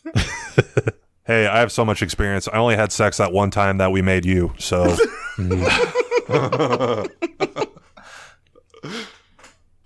D: Hey, I have so much experience. I only had sex that one time that we made you. So
F: Mm-hmm.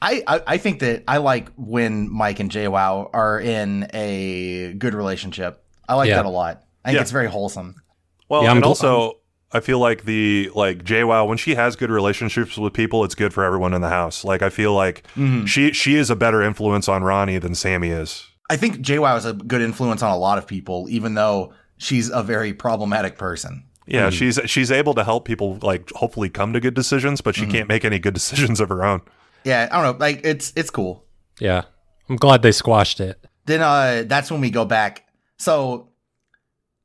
E: I, I I think that I like when Mike and Jay Wow are in a good relationship. I like
F: Yeah.
E: that a lot. I think
D: Yeah.
E: it's very wholesome.
D: well,
F: Yeah, I'm
D: and
F: gl-
D: also I feel like the like JWoww when she has good relationships with people, it's good for everyone in the house. Like I feel like
F: Mm-hmm.
D: she she is a better influence on Ronnie than Sammy is.
E: I think JWoww is a good influence on a lot of people, even though she's a very problematic person.
D: Yeah,
F: Mm-hmm.
D: she's she's able to help people like hopefully come to good decisions, but she
F: Mm-hmm.
D: can't make any good decisions of her own.
E: Yeah, I don't know. Like it's it's cool.
F: Yeah, I'm glad they squashed it.
E: Then uh that's when we go back. So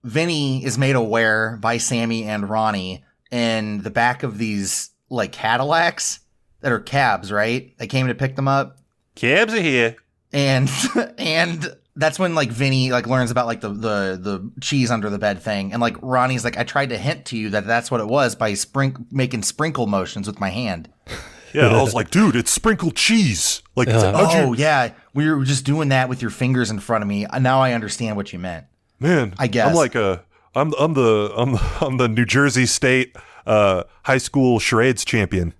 E: Vinny is made aware by Sammy and Ronnie in the back of these like Cadillacs that are cabs, right? They came to pick them up.
D: Cabs are here.
E: and and that's when like Vinny like learns about like the the the cheese under the bed thing, and like Ronnie's like, I tried to hint to you that that's what it was by sprink making sprinkle motions with my hand.
D: Yeah, I was like, dude, it's sprinkled cheese. Like, it's-
F: Uh-huh.
D: how'd you-
E: oh yeah, we were just doing that with your fingers in front of me. Uh, Now I understand what you meant.
D: man,
E: I guess.
D: I'm like a, I'm I'm the I'm the, I'm the New Jersey State uh, high school charades champion,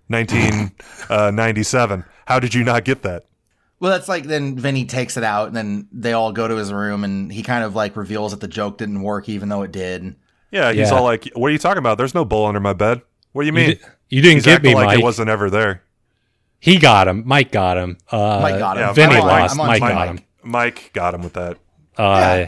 D: 1997. How did you not get that?
E: Well, that's like then Vinny takes it out, and then they all go to his room, and he kind of like reveals that the joke didn't work, even though it did.
D: Yeah, he's
F: Yeah.
D: all like, "What are you talking about? There's no bowl under my bed. What do you mean?
F: di- you didn't
D: he's
F: get
D: acting
F: me,
D: like
F: Mike.
D: it wasn't ever there."
F: He got him. Mike got him. Uh,
E: Mike got him.
D: yeah,
F: Vinny
D: I'm on-
F: lost.
E: I'm on
F: Mike
E: team
F: got
E: Mike.
F: him.
D: Mike got him with that.
F: Uh,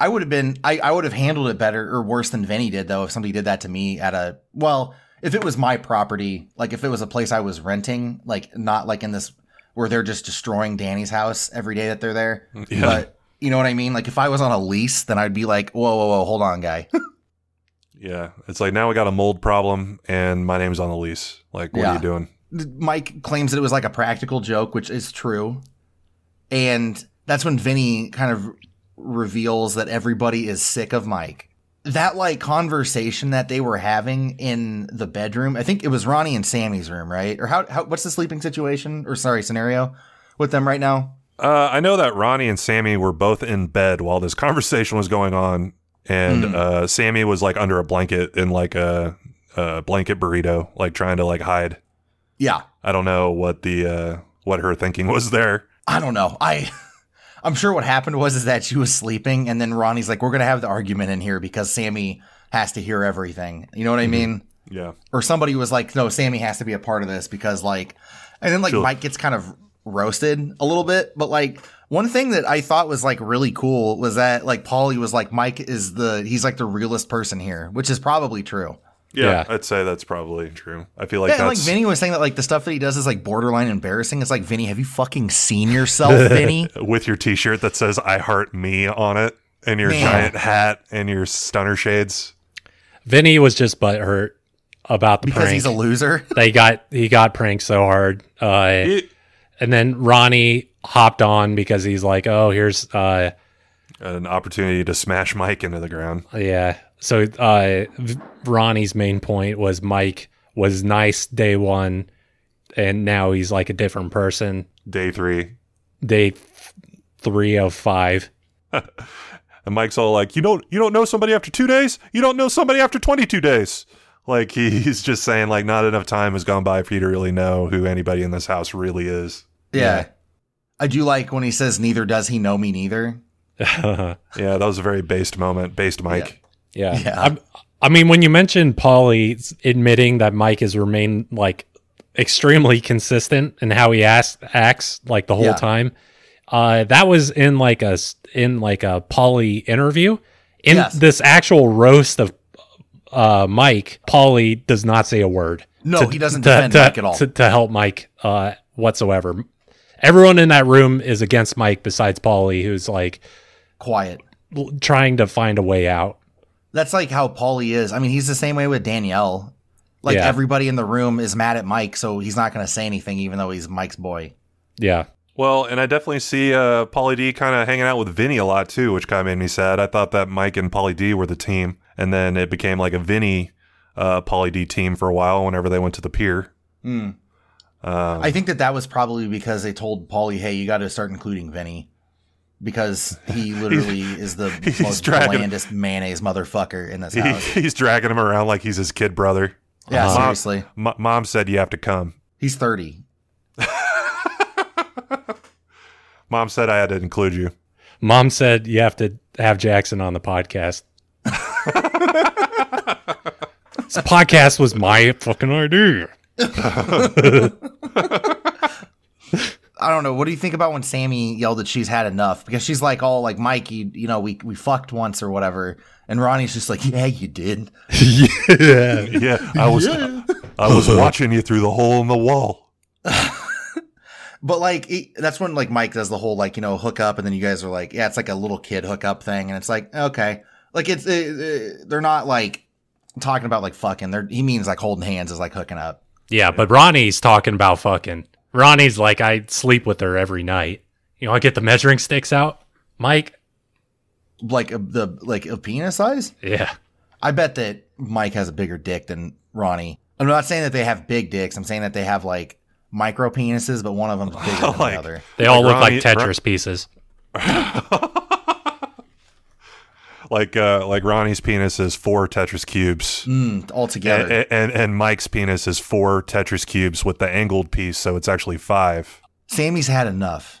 E: I would have been I, I would have handled it better or worse than Vinny did though if somebody did that to me at a well if it was my property like if it was a place I was renting like not like in this where they're just destroying Danny's house every day that they're there
D: Yeah.
E: but you know what I mean like if I was on a lease then I'd be like whoa whoa whoa hold on guy
D: Yeah, it's like now we got a mold problem, and my name's on the lease. Like, what are
E: Yeah.
D: you doing?
E: Mike claims that it was like a practical joke which is true and that's when Vinny kind of reveals that everybody is sick of Mike. That like conversation that they were having in the bedroom, I think it was Ronnie and Sammy's room, right? Or how, how what's the sleeping situation or sorry scenario with them right now?
D: Uh, I know that Ronnie and Sammy were both in bed while this conversation was going on, and uh, Sammy was like under a blanket in like a, a blanket burrito, like trying to like hide.
E: Yeah,
D: I don't know what the uh, what her thinking was there.
E: I don't know. I I'm sure what happened was is that she was sleeping and then Ronnie's like, we're gonna have the argument in here because Sammy has to hear everything. You know what I mean?
D: Yeah,
E: or somebody was like, "No, Sammy has to be a part of this because like," and then like
D: Sure.
E: Mike gets kind of roasted a little bit, but like One thing that I thought was like really cool was that like Paulie was like Mike is the he's like the realest person here, which is probably true.
D: Yeah,
F: Yeah.
D: I'd say that's probably true. I feel like
E: yeah, and, like
D: that's
E: Vinny was saying that like the stuff that he does is like borderline embarrassing. It's like Vinny, have you fucking seen yourself, Vinny?
D: with your T-shirt that says "I heart me" on it, and your
E: Man.
D: giant hat and your stunner shades.
F: Vinny was just butthurt about the
E: Because
F: prank.
E: he's a loser.
F: they got he got pranked so hard. Uh,
D: It-
F: and then Ronnie hopped on because he's like, "Oh, here's uh
D: An opportunity to smash Mike into the ground.
F: yeah." So uh V- Ronnie's main point was Mike was nice day 1 and now he's like a different person
D: Day three,
F: day th- 3 of 5.
D: and Mike's all like, "You don't, you don't know somebody after two days. You don't know somebody after twenty-two days." Like he, he's just saying, like, not enough time has gone by for you to really know who anybody in this house really is.
E: Yeah. I do like when he says neither does he know me neither.
F: yeah.
D: Yeah, that was a very based moment, based Mike.
E: Yeah.
F: I'm- I mean, when you mentioned Paulie admitting that Mike has remained like extremely consistent in how he acts, acts like the whole
E: Yeah.
F: time, uh, that was in like a s- in like a Paulie interview. In
E: Yes.
F: this actual roast of uh, Mike, Paulie does not say a word.
E: No, he doesn't defend
F: to,
E: Mike at all.
F: To, to help Mike uh, whatsoever. Everyone in that room is against Mike besides Paulie, who's like
E: Quiet.
F: l- trying to find a way out.
E: That's like how Paulie is. I mean, he's the same way with Danielle. Like
F: Yeah.
E: everybody in the room is mad at Mike, so he's not going to say anything, even though he's Mike's boy.
F: Yeah.
D: Well, and I definitely see uh, Polly D kind of hanging out with Vinny a lot too, which kind of made me sad. I thought that Mike and Polly D were the team, and then it became like a Vinny uh, Polly D team for a while. Whenever they went to the pier,
E: Mm.
D: um,
E: I think that that was probably because they told Paulie, "Hey, you got to start including Vinny." Because he literally is the
D: he's
E: most
D: dragging-
E: blandest mayonnaise motherfucker in this
D: he,
E: house.
D: he's dragging him around like he's his kid brother.
E: yeah,
D: Uh-huh.
E: seriously.
D: M- Mom said you have to come.
E: He's 30.
D: Mom said I had to include you.
F: Mom said you have to have Jackson on the podcast. this podcast was my fucking idea.
E: I don't know. What do you think about when Sammy yelled that she's had enough? Because she's like, all like, Mike, you, you know, we, we fucked once or whatever. And Ronnie's just like, yeah, you did.
F: yeah.
D: Yeah, I was I was watching you through the hole in the wall.
E: But like, it, that's when like Mike does the whole like, you know, hook up. And then you guys are like, yeah, it's like a little kid hookup thing. And it's like, okay. Like, it's, it, it- they're not like talking about like fucking. They're, he means like holding hands is like hooking up.
F: Yeah, but Ronnie's talking about fucking. Ronnie's like, I sleep with her every night. You want to get the measuring sticks out? Mike?
E: Like, a, the, like a penis size?
F: Yeah.
E: I bet that Mike has a bigger dick than Ronnie. I'm not saying that they have big dicks. I'm saying that they have like micro penises, but one of them's bigger than
D: Like-
E: the other.
F: They all look
D: Ronnie-
F: like Tetris pieces.
D: Like uh, like Ronnie's penis is four Tetris cubes.
E: Mm, all together.
D: and, and and Mike's penis is four Tetris cubes with the angled piece, so it's actually five.
E: Sammy's had enough.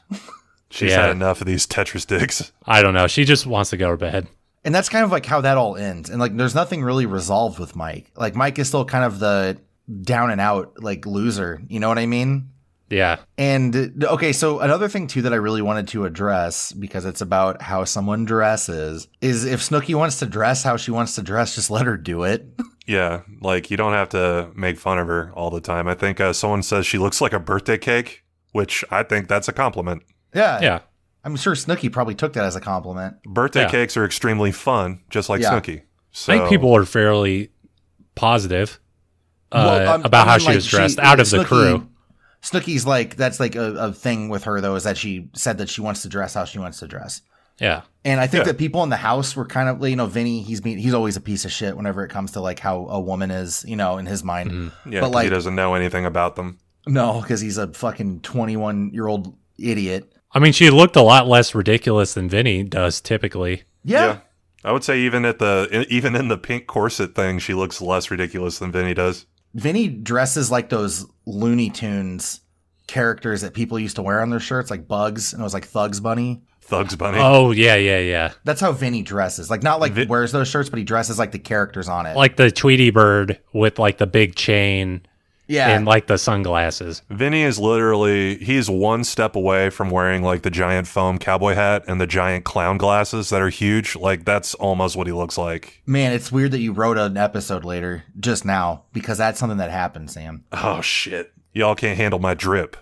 D: She's
F: Yeah.
D: had enough of these Tetris dicks.
F: I don't know. She just wants to go to bed.
E: And that's kind of like how that all ends. And like there's nothing really resolved with Mike. Like Mike is still kind of the down and out like loser, you know what I mean?
F: Yeah.
E: And okay, so another thing too that I really wanted to address because it's about how someone dresses is if Snooki wants to dress how she wants to dress, just let her do it.
D: Yeah, like you don't have to make fun of her all the time. I think uh, someone says she looks like a birthday cake, which I think that's a compliment.
E: Yeah.
F: Yeah.
E: I'm sure Snooki probably took that as a compliment.
D: Birthday
F: Yeah.
D: cakes are extremely fun, just like
E: Yeah.
D: Snooky. So
F: I think people are fairly positive uh,
E: Well, I'm-
F: about
E: I
F: how
E: mean,
F: she
E: like,
F: was dressed out of the
E: Snooki-
F: crew.
E: Snooki's like that's like a, a thing with her though is that she said that she wants to dress how she wants to dress,
F: Yeah.
E: and I think
D: Yeah.
E: that people in the house were kind of you know Vinny he's being he's always a piece of shit whenever it comes to like how a woman is you know in his mind
F: Mhm.
D: yeah,
E: but
D: 'cause he
E: like-
D: doesn't know anything about them.
E: no because he's a fucking twenty one year old idiot
F: I mean, she looked a lot less ridiculous than Vinny does typically.
E: yeah,
D: I would say even at the even in the pink corset thing, she looks less ridiculous than Vinny does.
E: Vinny dresses like those Looney Tunes characters that people used to wear on their shirts like Bugs and it was like Thugs Bunny.
D: Thugs Bunny.
F: Oh yeah, yeah, yeah.
E: That's how Vinny dresses. Like not like
D: Vi-
E: wears those shirts, but he dresses like the characters on it.
F: Like the Tweety Bird with like the big chain
E: Yeah.
F: and like the sunglasses.
D: Vinny is literally he's one step away from wearing like the giant foam cowboy hat and the giant clown glasses that are huge. Like that's almost what he looks like.
E: Man, it's weird that you wrote an episode later just now because that's something that happened, Sam.
D: Oh shit. Y'all can't handle my drip.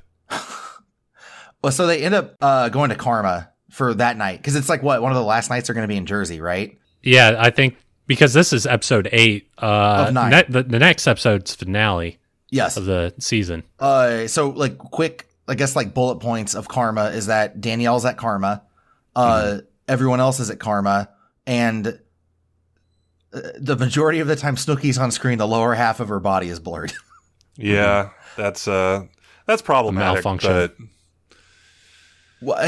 E: Well, so they end up uh, going to Karma for that night because it's like what one of the last nights they're going to be in Jersey, right?
F: Yeah, I think because this is episode eight. Uh,
E: Of nine.
F: ne- the, the next episode's finale
E: Yes.
F: of the season.
E: Uh, so like quick, I guess like bullet points of Karma is that Danielle's at Karma, uh,
F: Mm-hmm.
E: everyone else is at Karma, and uh, the majority of the time Snooki's on screen, the lower half of her body is blurred. Mm-hmm.
D: Yeah, that's uh that's problematic.
F: malfunction.
D: But
E: what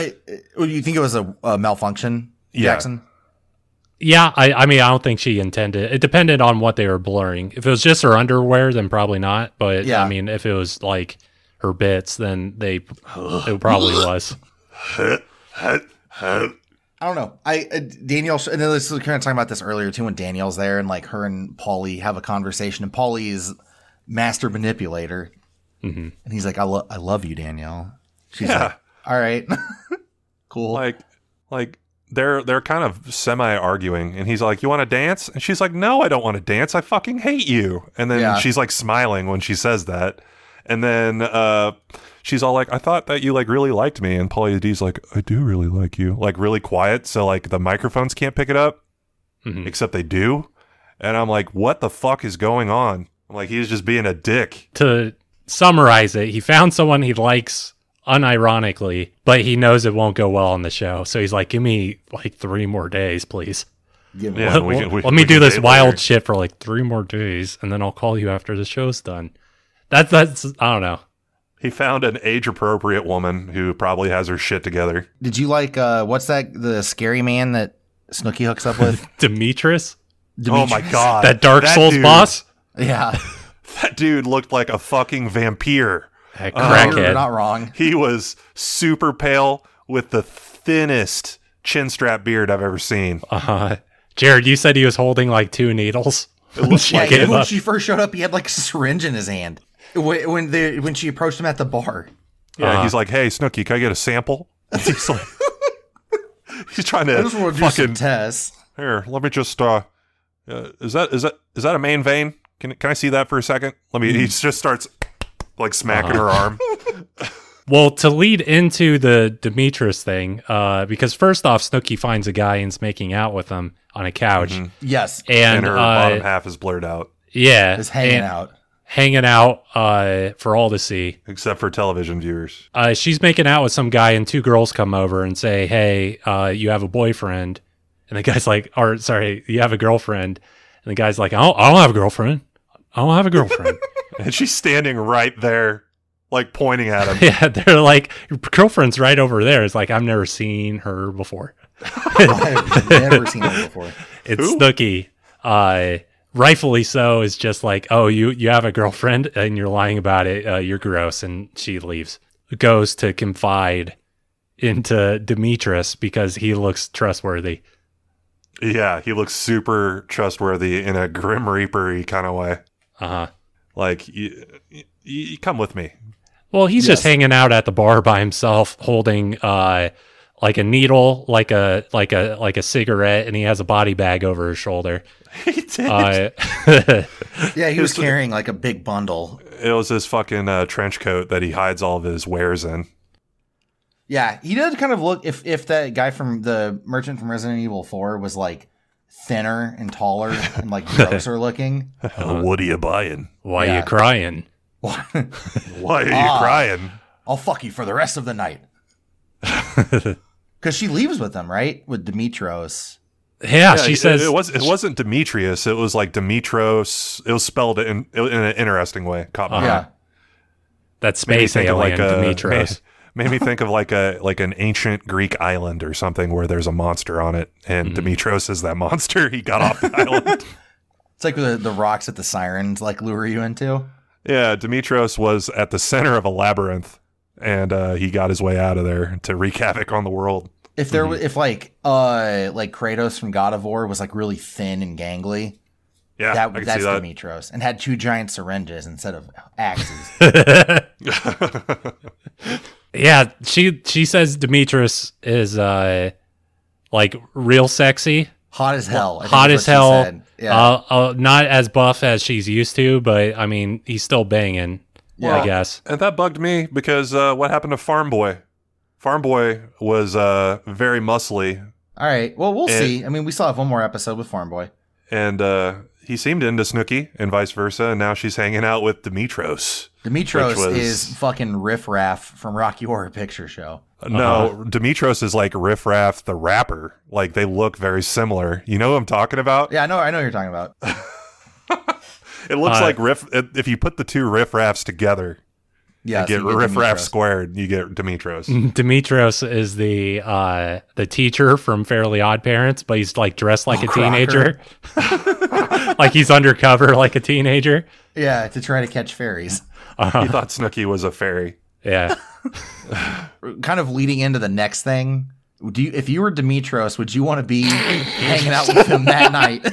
E: uh, you think it was a, a malfunction,
D: Yeah.
E: Jackson?
F: Yeah, I, I mean, I don't think she intended. It depended on what they were blurring. If it was just her underwear, then probably not. But
E: Yeah.
F: I mean, if it was like her bits, then they it probably was.
E: I don't know. I uh, Danielle and then this is kind of talking about this earlier too when Danielle's there and like her and Paulie have a conversation and Paulie is master manipulator
F: Mhm.
E: and he's like, "I love, I love you, Danielle." She's
D: Yeah.
E: like, "All right, cool."
D: like like they're they're kind of semi arguing and he's like, You wanna dance? And she's like, No, I don't want to dance. I fucking hate you. And then
E: Yeah.
D: she's like smiling when she says that. And then uh she's all like, I thought that you like really liked me and Paulie D's like, I do really like you. Like really quiet, so like the microphones can't pick it up,
F: Mhm.
D: except they do. And I'm like, what the fuck is going on? I'm like, he's just being a dick.
F: To summarize it, he found someone he likes unironically, but he knows it won't go well on the show. So he's like, "Give me like three more days, please.
E: Give me-
D: Yeah,
F: Let,
D: we can- we-
F: let
D: we
F: me do
D: can
F: this
D: date
F: wild
D: later.
F: shit for like three more days, and then I'll call you after the show's done." That's that's I don't know.
D: He found an age appropriate woman who probably has her shit together.
E: Did you like uh what's that the scary man that Snooki hooks up with?
F: Demetrius,
D: Oh my
E: Demetrius?
D: god.
F: that Dark Souls
D: dude-
F: boss.
E: Yeah.
D: That dude looked like a fucking vampire.
F: That
E: You're
F: Oh, crackhead.
E: not wrong.
D: He was super pale with the thinnest chin strap beard I've ever seen.
F: uh, Jared, you said he was holding like two needles. when she
E: Yeah,
F: gave
E: even when
F: up.
E: she first showed up, he had like a syringe in his hand. When when, the, when she approached him at the bar,
D: Yeah,
F: Uh-huh.
D: he's like, "Hey, Snooky, can I get a sample?" He's like He's trying to
E: I just want to do some
D: fucking
E: tests.
D: Here, let me just uh, uh is that is that is that a main vein? Can can I see that for a second? Let me he
F: Hmm.
D: just starts like smacking
F: Uh-huh.
D: her arm.
F: Well, to lead into the Demetrius thing, uh, because first off, Snooky finds a guy and's making out with him on a couch,
E: Yes,
F: and,
D: Mm-hmm. and her
F: uh,
D: bottom half is blurred out
F: yeah,
E: is hanging
F: and-
E: out.
F: hanging out uh, for all to see.
D: except for television viewers.
F: Uh, she's making out with some guy, and two girls come over and say, "Hey, uh, you have a boyfriend," and the guy's like, "Or sorry, you have a girlfriend," and the guy's like, "I don't, I don't have a girlfriend. I don't have a girlfriend."
D: And she's standing right there like pointing at him.
F: Yeah, they're like your girlfriend's right over there. It's like I've never seen her before.
E: I've never seen that before.
F: It's
D: Who?
F: Snooky. Uh, rightfully so is just like, oh, you you have a girlfriend and you're lying about it. Uh, you're gross, and she leaves. Goes to confide into Demetrius because he looks trustworthy.
D: yeah, he looks super trustworthy in a grim reapery kind of way.
F: Uh huh.
D: Like you, you, you come with me.
F: Well, he's just hanging out at the bar by himself, holding uh, like a needle, like a like a like a cigarette, and he has a body bag over his shoulder.
D: He did.
F: Uh,
E: Yeah, he was carrying like a big bundle.
D: it was his fucking uh, trench coat that he hides all of his wares in.
E: Yeah, he did kind of look if if that guy from the merchant from Resident Evil Four was like thinner and taller and like grosser looking.
F: Uh-huh.
D: what are you buying?
F: why
E: Yeah.
F: you crying?
D: Why are you
E: Ah.
D: crying?
E: I'll fuck you for the rest of the night. Because she leaves with him, right? With Demetros.
F: Yeah,
D: Yeah,
F: Ah, she
D: it-
F: says
D: it, was. It wasn't Demetrius. It was like Demetros. It was spelled in in an interesting way. Caught my eye.
F: Uh-huh.
E: Yeah.
F: that
D: Made me
F: space
D: think of,
F: alien
D: like, uh, a-
F: Demetros.
D: Made, made me think of like a like an ancient Greek island or something where there's a monster on it,
F: Mm-hmm.
D: and Demetros is that monster. He got off the island.
E: It's like the, the rocks that the sirens like lure you into.
D: Yeah, Demetros was at the center of a labyrinth, and uh, he got his way out of there to wreak havoc on the world.
E: If
D: Mm-hmm.
E: there was if like uh like Kratos from God of War was like really thin and gangly,
D: Yeah, I
E: That
D: can
E: that's
D: see that.
E: Demetros, and had two giant syringes instead of axes.
F: yeah, she she says Demetrius is uh like real sexy,
E: Hot as hell. I think
F: hot
E: is
F: as
E: what she
F: hell.
E: said. Yeah.
F: Uh, uh, not as buff as she's used to, but I mean, he's still banging.
D: Yeah.
F: I guess.
D: And that bugged me because uh, what happened to Farm Boy? Farm Boy was uh, very muscly,
E: All right. Well, we'll
D: And-
E: see. I mean, we still have one more episode with Farm Boy.
D: and uh, he seemed into Snooky and vice versa. And now she's hanging out with Demetros.
E: Demetros
D: Which was-
E: is fucking Riff Raff from Rocky Horror Picture Show.
F: Uh-huh.
D: No, Demetros is like Riff Raff the rapper. Like they look very similar. You know who I'm talking about?
E: Yeah, I know. I know what you're talking about.
D: It looks
F: Uh,
D: like Riff. If you put the two Riff Raffs together,
E: Yeah,
D: you get
E: so
D: Riff Raff
E: Demetros.
D: squared. You get Demetros.
F: Demetros is the uh the teacher from Fairly Odd Parents, but he's like dressed like a
E: Crocker.
F: teenager. like he's undercover like a teenager.
E: Yeah, to try to catch fairies.
D: he thought Snooky was a fairy.
F: Yeah.
E: Kind of leading into the next thing. Do you, if you were Demetros, would you want to be hanging out with him that night?
D: I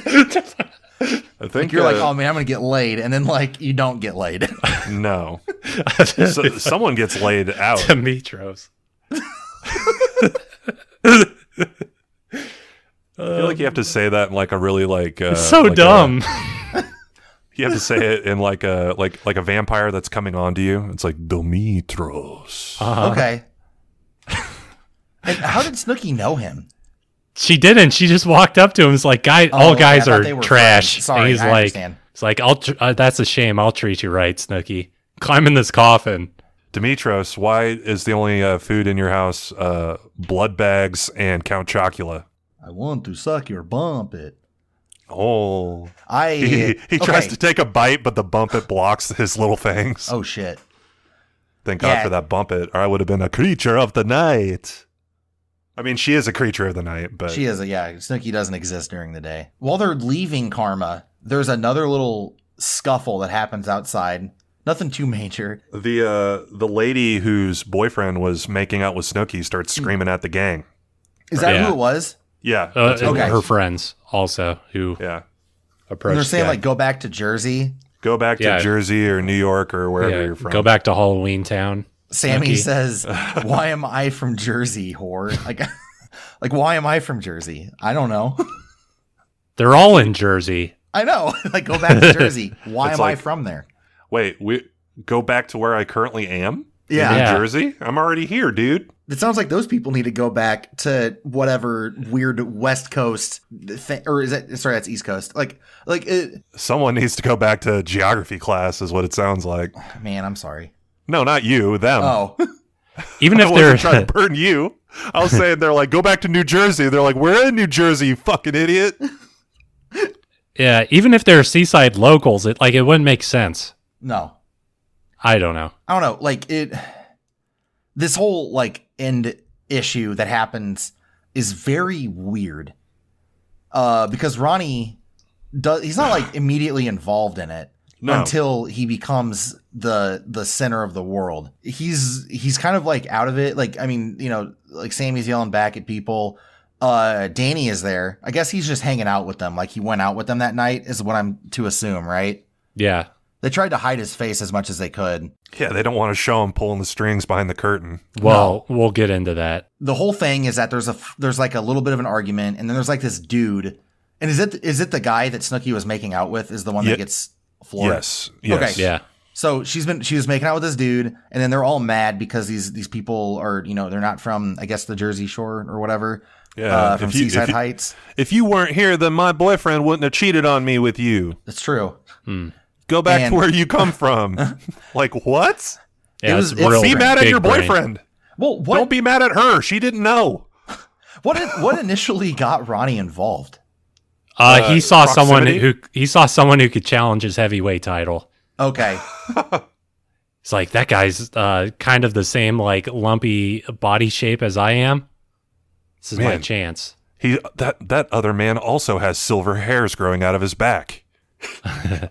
D: think
E: Like you're like,
D: uh,
E: oh man, I'm gonna get laid, and then like you don't get laid.
F: Uh-huh.
D: no. so, someone gets laid out.
F: Demetros.
D: I feel like you have to say that in like a really like uh,
F: so
D: like a-
F: dumb.
D: you have to say it in like a like like a vampire that's coming on to you. It's like Demetros.
F: Uh-huh.
E: okay. and how did Snooky know him?
F: She didn't. She just walked up to him. and was like, "Guy,
E: Oh,
F: all
E: okay, I
F: guys
E: thought they
F: are
E: were
F: trash."
E: friends. Sorry,
F: and he's
E: I
F: like,
E: understand.
F: "It's like I'll. Tr- uh, that's a shame. I'll treat you right, Snooky. Climb in this coffin.
D: Demetros, why is the only uh, food in your house uh, blood bags and Count Chocula?
E: I want to suck your bump it.
D: Oh,
E: I
D: he, he tries
E: okay.
D: to take a bite, but the bump it blocks his little fangs.
E: Oh shit.
D: Thank
E: yeah.
D: God for that bump it, or I would have been a creature of the night. I mean, she is a creature of the night, but
E: She is a yeah. Snooky doesn't exist during the day. While they're leaving Karma, there's another little scuffle that happens outside. Nothing too major.
D: the uh, the lady whose boyfriend was making out with Snooky starts
E: Hmm.
D: screaming at the gang.
E: Is that
F: Yeah.
E: who it was?
D: Yeah,
F: Uh,
D: that's it.
E: okay.
F: Her friends also who
D: yeah.
F: approached.
E: And they're saying
F: the
E: like go back to Jersey.
D: Go back to
F: Yeah.
D: Jersey or New York or
F: guy.
D: wherever
F: Yeah,
D: you're from.
F: go back to Halloween Town.
E: Sammy
F: Snooki.
E: says, "Why am I from Jersey, whore? Like, like why am I from Jersey? I don't know.
F: They're all in Jersey.
E: I know. like go back to Jersey. Why
D: It's
E: am
D: like-
E: I from there?
D: Wait, we go back to where I currently am?
E: Yeah.
D: New
F: Yeah.
D: Jersey? I'm already here, dude.
E: It sounds like those people need to go back to whatever weird West Coast thing, or is that sorry? That's East Coast. Like, like it,
D: Someone needs to go back to geography class is what it sounds like.
E: man, I'm sorry.
D: No, not you, them.
E: Oh,
F: Even
D: I
F: if
D: wasn't
F: they're
D: trying to burn you. I was saying they're like, go back to New Jersey. They're like, we're in New Jersey, you fucking idiot.
F: yeah, even if they're seaside locals, it like it wouldn't make sense.
E: no.
F: I don't know.
E: I don't know, like it this whole like end issue that happens is very weird. Uh because Ronnie does he's not like immediately involved in it
D: No.
E: until he becomes the the center of the world. He's he's kind of like out of it. Like I mean, you know, like Sammy's yelling back at people. Uh Danny is there. I guess he's just hanging out with them. Like he went out with them that night is what I'm to assume, right?
F: Yeah,
E: They tried to hide his face as much as they could.
D: Yeah, they don't want to show him pulling the strings behind the curtain.
F: well, we'll get into that.
E: the whole thing is that there's a there's like a little bit of an argument, and then there's like this dude, and is it is it the guy that Snooky was making out with is the one
D: Ye-
E: that gets floored?
D: Yes. Yes.
E: Okay.
F: Yeah,
E: So she's been she was making out with this dude, and then they're all mad because these these people are you know they're not from I guess the Jersey Shore or whatever
D: Yeah,
E: uh,
D: if
E: from
D: you- if
E: Seaside
D: you-
E: Heights.
D: If you weren't here, then my boyfriend wouldn't have cheated on me with you.
E: That's true.
D: Go back
E: And-
D: to where you come from. like, what?
F: yeah.
E: was-
F: it's
E: it's-
F: real
E: Be
D: Be mad at
F: big
D: your
F: brain.
D: boyfriend.
E: Well, what
D: Don't be mad at her. She didn't know.
E: what what initially got Ronnie involved?
F: Uh, he
D: Uh,
F: saw someone
D: proximity?
F: who he saw someone who could challenge his heavyweight title.
E: Okay,
F: It's like that guy's uh, kind of the same like lumpy body shape as I am. This is my
D: Man.
F: chance.
D: He that that other man also has silver hairs growing out of his back.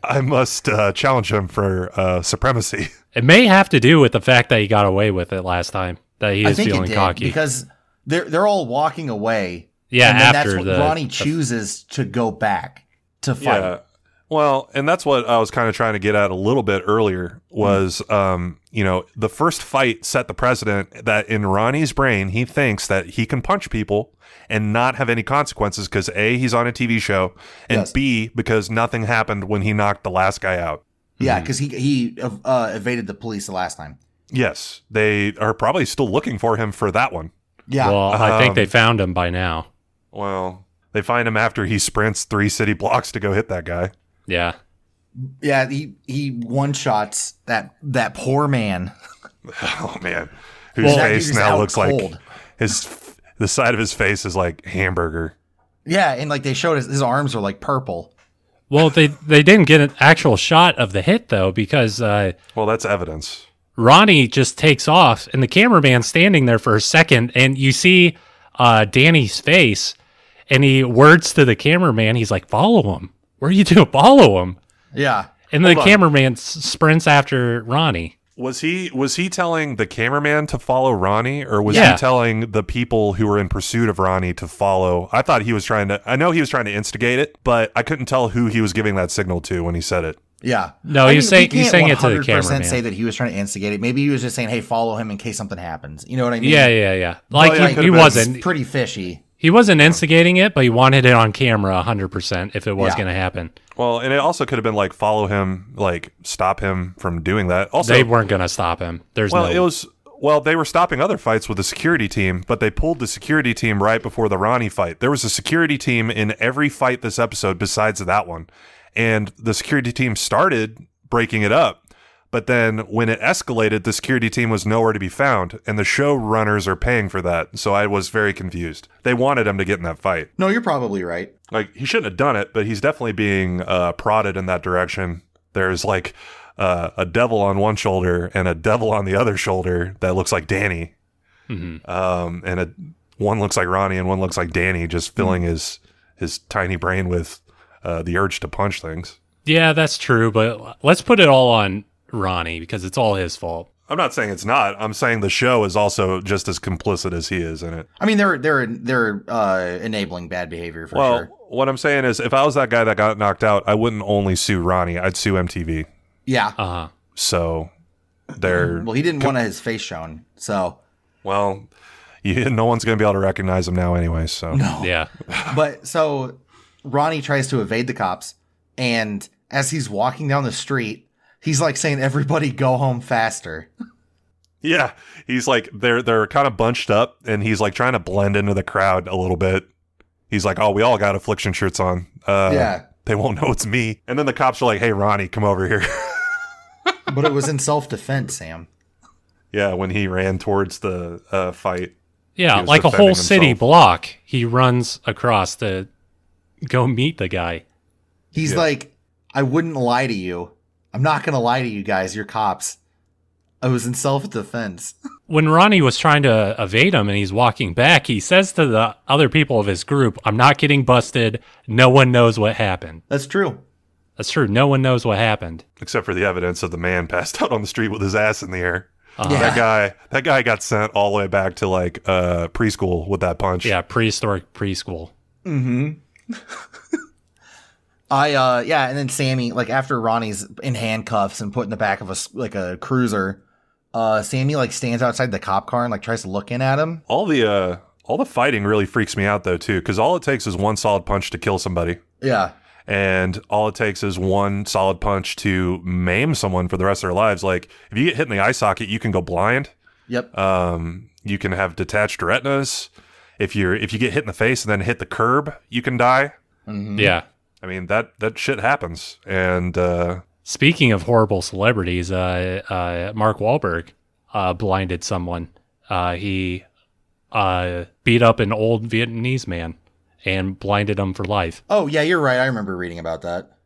D: I must uh, challenge him for uh, supremacy.
F: It may have to do with the fact that he got away with it last time. That he
E: I
F: is
E: think it
F: feeling
E: did
F: cocky.
E: because they're they're all walking away.
F: yeah,
E: and then
F: after
E: that's what
F: the
E: Ronnie
F: the-
E: chooses to go back to fight.
D: Well, and that's what I was kind of trying to get at a little bit earlier was, um, you know, the first fight set the precedent that in Ronnie's brain, he thinks that he can punch people and not have any consequences because A, he's on a TV show, and
E: Yes.
D: B, because nothing happened when he knocked the last guy out.
E: Yeah,
D: Mm-hmm.
E: because he he uh, evaded the police the last time.
D: Yes, they are probably still looking for him for that one.
E: Yeah,
F: Well, I think
D: Um,
F: they found him by now.
D: Well, they find him after he sprints three city blocks to go hit that guy.
F: Yeah.
E: yeah. He he one shots that that poor man.
D: Oh man, whose
E: Well, that dude
D: face
E: is
D: now
E: out
D: looks
E: cold.
D: like his the side of his face is like hamburger.
E: Yeah, and like they showed his, his arms are like purple.
F: Well, they they didn't get an actual shot of the hit though because uh,
D: Well, that's evidence.
F: Ronnie just takes off, and the cameraman's standing there for a second, and you see uh, Danny's face, and he words to the cameraman, he's like, "Follow him. Where are you doing? Follow him."
E: Yeah,
F: And the
D: Hold on.
F: cameraman s- sprints after Ronnie.
D: Was he was he telling the cameraman to follow Ronnie, or was
F: Yeah.
D: he telling the people who were in pursuit of Ronnie to follow? I thought he was trying to. I know he was trying to instigate it, but I couldn't tell who he was giving that signal to when he said it.
E: yeah.
F: No,
E: I
F: he's
E: mean, we
F: saying he's
E: can't
F: saying it to the
E: 100%
F: cameraman.
E: Say that he was trying to instigate it. Maybe he was just saying, "Hey, follow him in case something happens." You know what I mean?
F: yeah, yeah, yeah. Like
D: yeah, it
F: he,
D: could've
F: he
D: been-
E: It's
F: wasn't
E: pretty fishy.
F: he wasn't instigating it, but he wanted it on camera 100% if it was
E: Yeah.
F: going to happen.
D: Well, and it also could have been like follow him, like stop him from doing that. Also,
F: they weren't going to stop him. There's
D: Well,
F: no
D: it was well, they were stopping other fights with the security team, but they pulled the security team right before the Ronnie fight. There was a security team in every fight this episode besides that one. And the security team started breaking it up. But then when it escalated, the security team was nowhere to be found, and the showrunners are paying for that. So I was very confused. They wanted him to get in that fight.
E: No, you're probably right.
D: Like he shouldn't have done it, but he's definitely being uh, prodded in that direction. There's like uh, a devil on one shoulder and a devil on the other shoulder that looks like Danny,
F: Mhm.
D: um, and a, one looks like Ronnie and one looks like Danny, just filling his his tiny brain with uh, the urge to punch things.
F: Yeah, that's true, but let's put it all on Ronnie because it's all his fault.
D: I'm not saying it's not. I'm saying the show is also just as complicit as he is in it.
E: I mean, they're they're they're uh, enabling bad behavior for
D: well,
E: sure.
D: what I'm saying is, if I was that guy that got knocked out, I wouldn't only sue Ronnie. I'd sue MTV.
E: Yeah.
F: Uh-huh.
D: So they're
E: Well, he didn't want his face shown, so
D: Well, you, no one's going to be able to recognize him now anyway. So
F: Yeah.
E: But so Ronnie tries to evade the cops, and as he's walking down the street, he's like saying, "Everybody go home faster."
D: yeah, he's like they're they're kind of bunched up, and he's like trying to blend into the crowd a little bit. He's like, "Oh, we all got affliction shirts on. Uh,
E: Yeah.
D: they won't know it's me." And then the cops are like, "Hey, Ronnie, come over here."
E: But it was in self defense, Sam.
D: yeah, when he ran towards the uh, fight.
F: Yeah,
D: He was
F: like a
D: defending
F: whole city
D: himself.
F: block, he runs across to go meet the guy.
E: He's
D: Yeah.
E: like, "I wouldn't lie to you. I'm not gonna lie to you guys. You're cops. I was in self defense."
F: When Ronnie was trying to evade him and he's walking back, he says to the other people of his group, I'm not getting busted. No one knows what happened.
E: That's true.
F: That's true. No one knows what happened.
D: Except for the evidence of the man passed out on the street with his ass in the air.
E: Yeah.
D: Uh-huh. That guy, that guy got sent all the way back to like uh, preschool with that punch.
F: Yeah, prehistoric preschool.
E: I uh yeah, and then Sammy like after Ronnie's in handcuffs and put in the back of a s- like a cruiser, uh Sammy like stands outside the cop car and like tries to look in at him.
D: All the uh, all the fighting really freaks me out though too, because all it takes is one solid punch to kill somebody.
E: Yeah.
D: and all it takes is one solid punch to maim someone for the rest of their lives. Like if you get hit in the eye socket, you can go blind.
E: Yep.
D: Um, you can have detached retinas. If you're if you get hit in the face and then hit the curb, you can die. Mm-hmm.
F: Yeah.
D: I mean that that shit happens. And uh,
F: Speaking of horrible celebrities, uh, uh, Mark Wahlberg uh, blinded someone. Uh, he uh, beat up an old Vietnamese man and blinded him for life.
E: Oh yeah, you're right. I remember reading about that.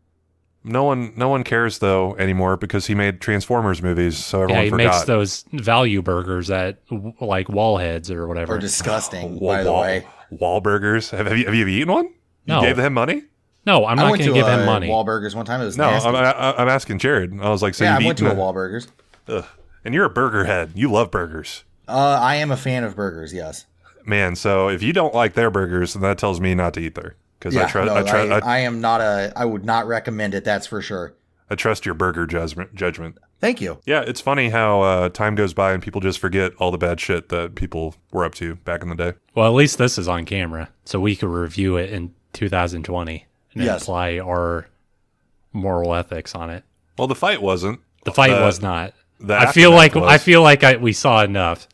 D: no one no one cares though anymore because he made Transformers movies, so
F: Yeah,
D: everyone
F: he makes
D: forgot.
F: those value burgers at w- like Wallheads or whatever.
E: Or disgusting,
D: Wa-
E: by the
D: wa-
E: way.
D: Wahlburgers. Have, have you have you eaten one?
F: No.
D: You gave him money?
F: no, I'm not
E: went
F: going to give
D: uh,
F: him money.
E: Wahlburgers one time. It was
D: No,
E: nasty.
D: I'm, I, I'm asking Jared. I was like, so
E: yeah, I
D: you've
E: went to a
D: eaten
E: Wahlburgers.
D: Ugh. And you're a burger head. You love burgers.
E: Uh, I am a fan of burgers. Yes.
D: Man, so if you don't like their burgers, then that tells me not to eat there. because
E: yeah,
D: I trust
E: no,
D: I, tru-
E: I,
D: I,
E: I am not a. I would not recommend it. That's for sure.
D: I trust your burger judgment. Judgment.
E: Thank you.
D: Yeah, it's funny how uh, time goes by and people just forget all the bad shit that people were up to back in the day.
F: Well, at least this is on camera, so we could review it in 2020 and
E: Yes.
F: apply our moral ethics on it.
D: Well, the fight wasn't.
F: The fight
D: Uh,
F: was not.
D: The
F: I feel like
D: aftermath
F: I
D: was.
F: feel like I, we saw enough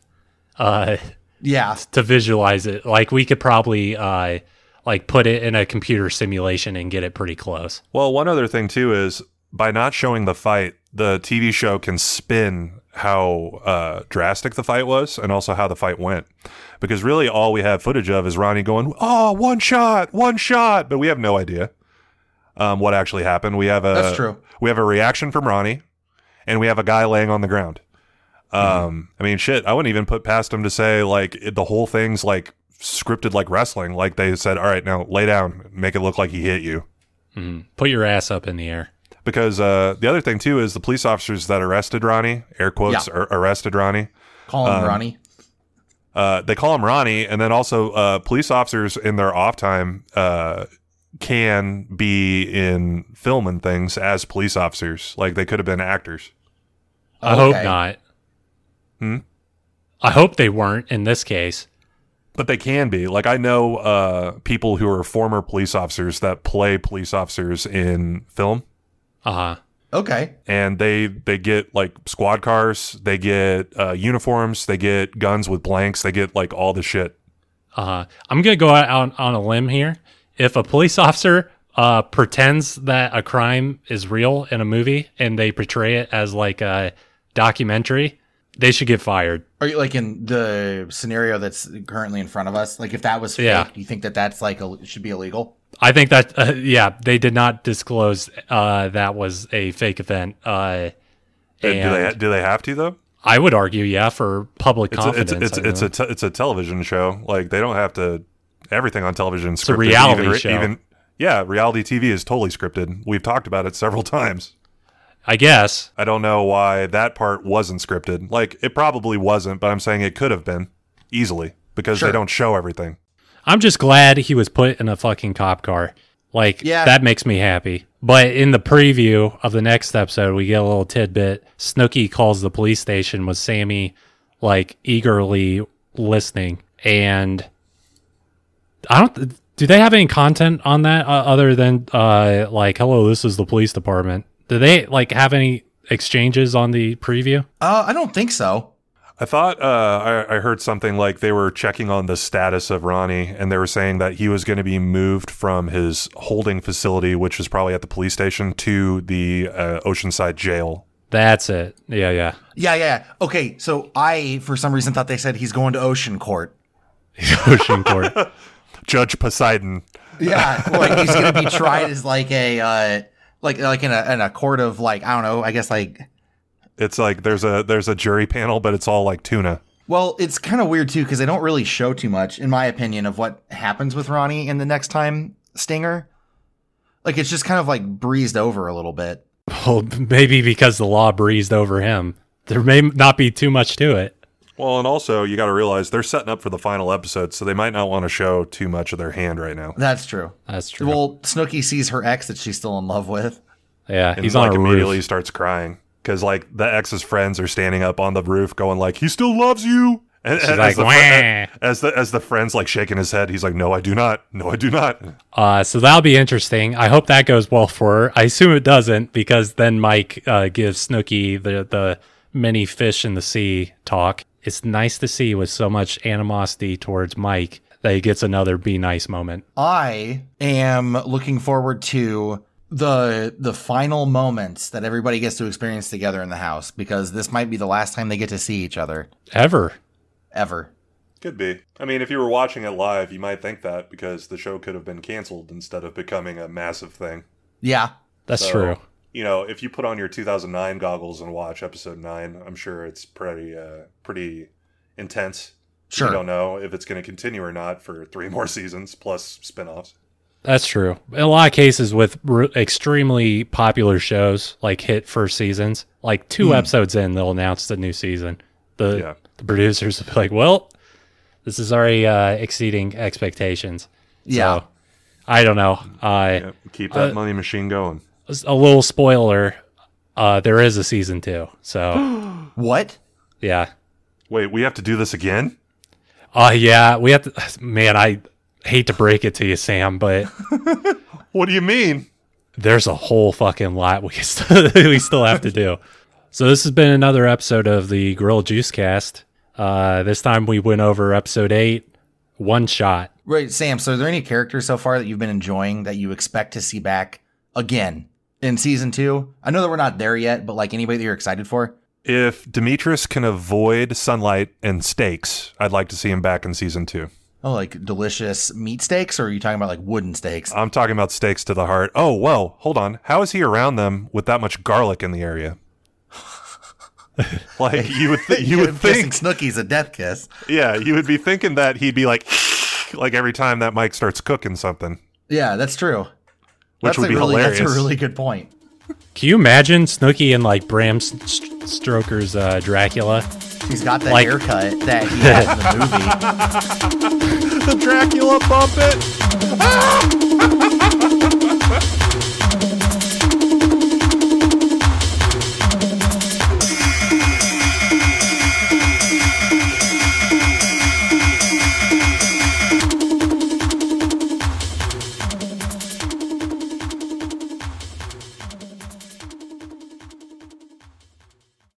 F: uh,
E: Yeah,
F: to visualize it. Like we could probably uh, like put it in a computer simulation and get it pretty close.
D: Well, one other thing too is by not showing the fight, the TV show can spin how uh, drastic the fight was and also how the fight went. Because really, all we have footage of is Ronnie going, "Oh, one shot, one shot," but we have no idea um, what actually happened. We have a
E: that's true.
D: we have a reaction from Ronnie, and we have a guy laying on the ground. Um,
E: Mm-hmm.
D: I mean, shit, I wouldn't even put past him to say like it, the whole thing's like scripted like wrestling. Like they said, all right, now lay down, make it look like he hit you.
F: Mm. Put your ass up in the air.
D: Because uh, the other thing too is the police officers that arrested Ronnie, air quotes, ar- arrested Ronnie.
E: Call him Ronnie.
D: Uh, they call him Ronnie, and then also uh, police officers in their off time uh, can be in film and things as police officers. Like they could have been actors.
F: I
E: Okay.
F: hope not.
D: Hmm?
F: I hope they weren't in this case.
D: but they can be like i know uh people who are former police officers that play police officers in film
F: Uh huh.
E: Okay.
D: and they they get like squad cars they get uh uniforms they get guns with blanks they get like all the shit
F: Uh, I'm gonna go out on, on a limb here. If a police officer uh, pretends that a crime is real in a movie and they portray it as like a documentary, they should get fired.
E: Are you like in the scenario that's currently in front of us? Like if that was fake,
F: Yeah.
E: do you think that that's like a, should be illegal?
F: I think that uh, yeah, they did not disclose uh, that was a fake event. Uh,
D: Uh, do they
F: and
D: do they have to though
F: I would argue yeah for public
D: it's a, it's
F: confidence.
D: a- it's
F: I
D: it's
F: know.
D: a te- it's a television show like they don't have to everything on television is
F: a
D: scripted,
F: reality
D: even, re-
F: show.
D: even yeah reality tv is totally scripted we've talked about it several times
F: I guess
D: I don't know why that part wasn't scripted. Like it probably wasn't, but I'm saying it could have been easily because
E: Sure.
D: they don't show everything.
F: I'm just glad he was put in a fucking cop car. Like
E: Yeah.
F: that makes me happy. But in the preview of the next episode, we get a little tidbit. Snooky calls the police station with Sammy like eagerly listening. And I don't do they have any content on that uh, other than uh like hello, this is the police department. Do they like have any exchanges on the preview?
E: Uh, I don't think so.
D: I thought uh, I, I heard something like they were checking on the status of Ronnie, and they were saying that he was going to be moved from his holding facility, which is probably at the police station, to the uh, Oceanside jail.
F: That's it. Yeah, yeah.
E: Yeah, yeah. yeah. Okay, so I for some reason thought they said he's going to Ocean Court.
F: Ocean court.
D: Judge Poseidon.
E: Yeah, like he's gonna be tried as like a uh, like like in a in a court of like I don't know. I guess like
D: It's like there's a there's a jury panel, but it's all like tuna.
E: well, it's kind of weird too because they don't really show too much, in my opinion, of what happens with Ronnie in the next time Stinger. Like it's just kind of like breezed over a little bit.
F: Well, maybe because the law breezed over him, there may not be too much to it.
D: Well, and also you got to realize they're setting up for the final episode, so they might not want to show too much of their hand right now.
E: That's true.
F: That's true.
E: Well, Snooky sees her ex that she's still in love with.
F: yeah,
D: and
F: he's
D: like
F: on a
D: immediately
F: roof.
D: starts crying because like the ex's friends are standing up on the roof going like he still loves you and,
F: She's
D: and
F: like,
D: as, the fri-
F: "Wah."
D: as the as the friends like shaking his head he's like no i do not no i do not
F: Uh, so that'll be interesting. I hope that goes well for her. I assume it doesn't because then Mike uh, gives Snooky the the many fish in the sea talk. It's nice to see with so much animosity towards Mike that he gets another be nice moment.
E: I am looking forward to the the final moments that everybody gets to experience together in the house because this might be the last time they get to see each other
F: Ever.
E: ever.
D: could be i mean if you were watching it live you might think that because the show could have been canceled instead of becoming a massive thing
E: Yeah.
F: That's
D: So,
F: true.
D: you know if you put on your 2009 goggles and watch episode 9 i'm sure it's pretty uh pretty intense
E: Sure.
D: you don't know if it's going to continue or not for three more seasons plus spin-offs
F: That's true. In a lot of cases with r- extremely popular shows, like hit first seasons, like two episodes in, they'll announce the new season. The,
D: Yeah.
F: the producers will be like, well, this is already uh, exceeding expectations.
E: Yeah.
F: So I don't know. I
D: Yep. Keep that
F: Uh,
D: money machine going.
F: a little spoiler. Uh, there is a season two, so
E: What?
F: yeah.
D: Wait, we have to do this again?
F: Uh yeah, we have to. Man, I hate to break it to you, Sam, but
D: What do you mean?
F: there's a whole fucking lot we still, we still have to do. So this has been another episode of the Grill Juice Cast. Uh, this time we went over episode eight, one shot.
E: Right, Sam. So, are there any characters so far that you've been enjoying that you expect to see back again in season two? I know that we're not there yet, but like anybody that you're excited for?
D: If Demetrius can avoid sunlight and steaks, I'd like to see him back in season two.
E: Oh, like delicious meat steaks, or are you talking about like wooden steaks?
D: I'm talking about steaks to the heart. Oh, whoa, hold on. How is he around them with that much garlic in the area? like you would, th- you would
E: Kissing
D: think,
E: Snooki's a death kiss.
D: yeah, you would be thinking that he'd be like, like every time that Mike starts cooking something,
E: Yeah, that's true.
D: which
E: that's
D: would
E: a
D: be
E: really,
D: hilarious.
E: That's a really good point.
F: Can you imagine Snooky and like Bram S- St- Stroker's uh, Dracula?
E: He's got that
F: Like-
E: haircut that he had in the movie.
D: the Dracula puppet.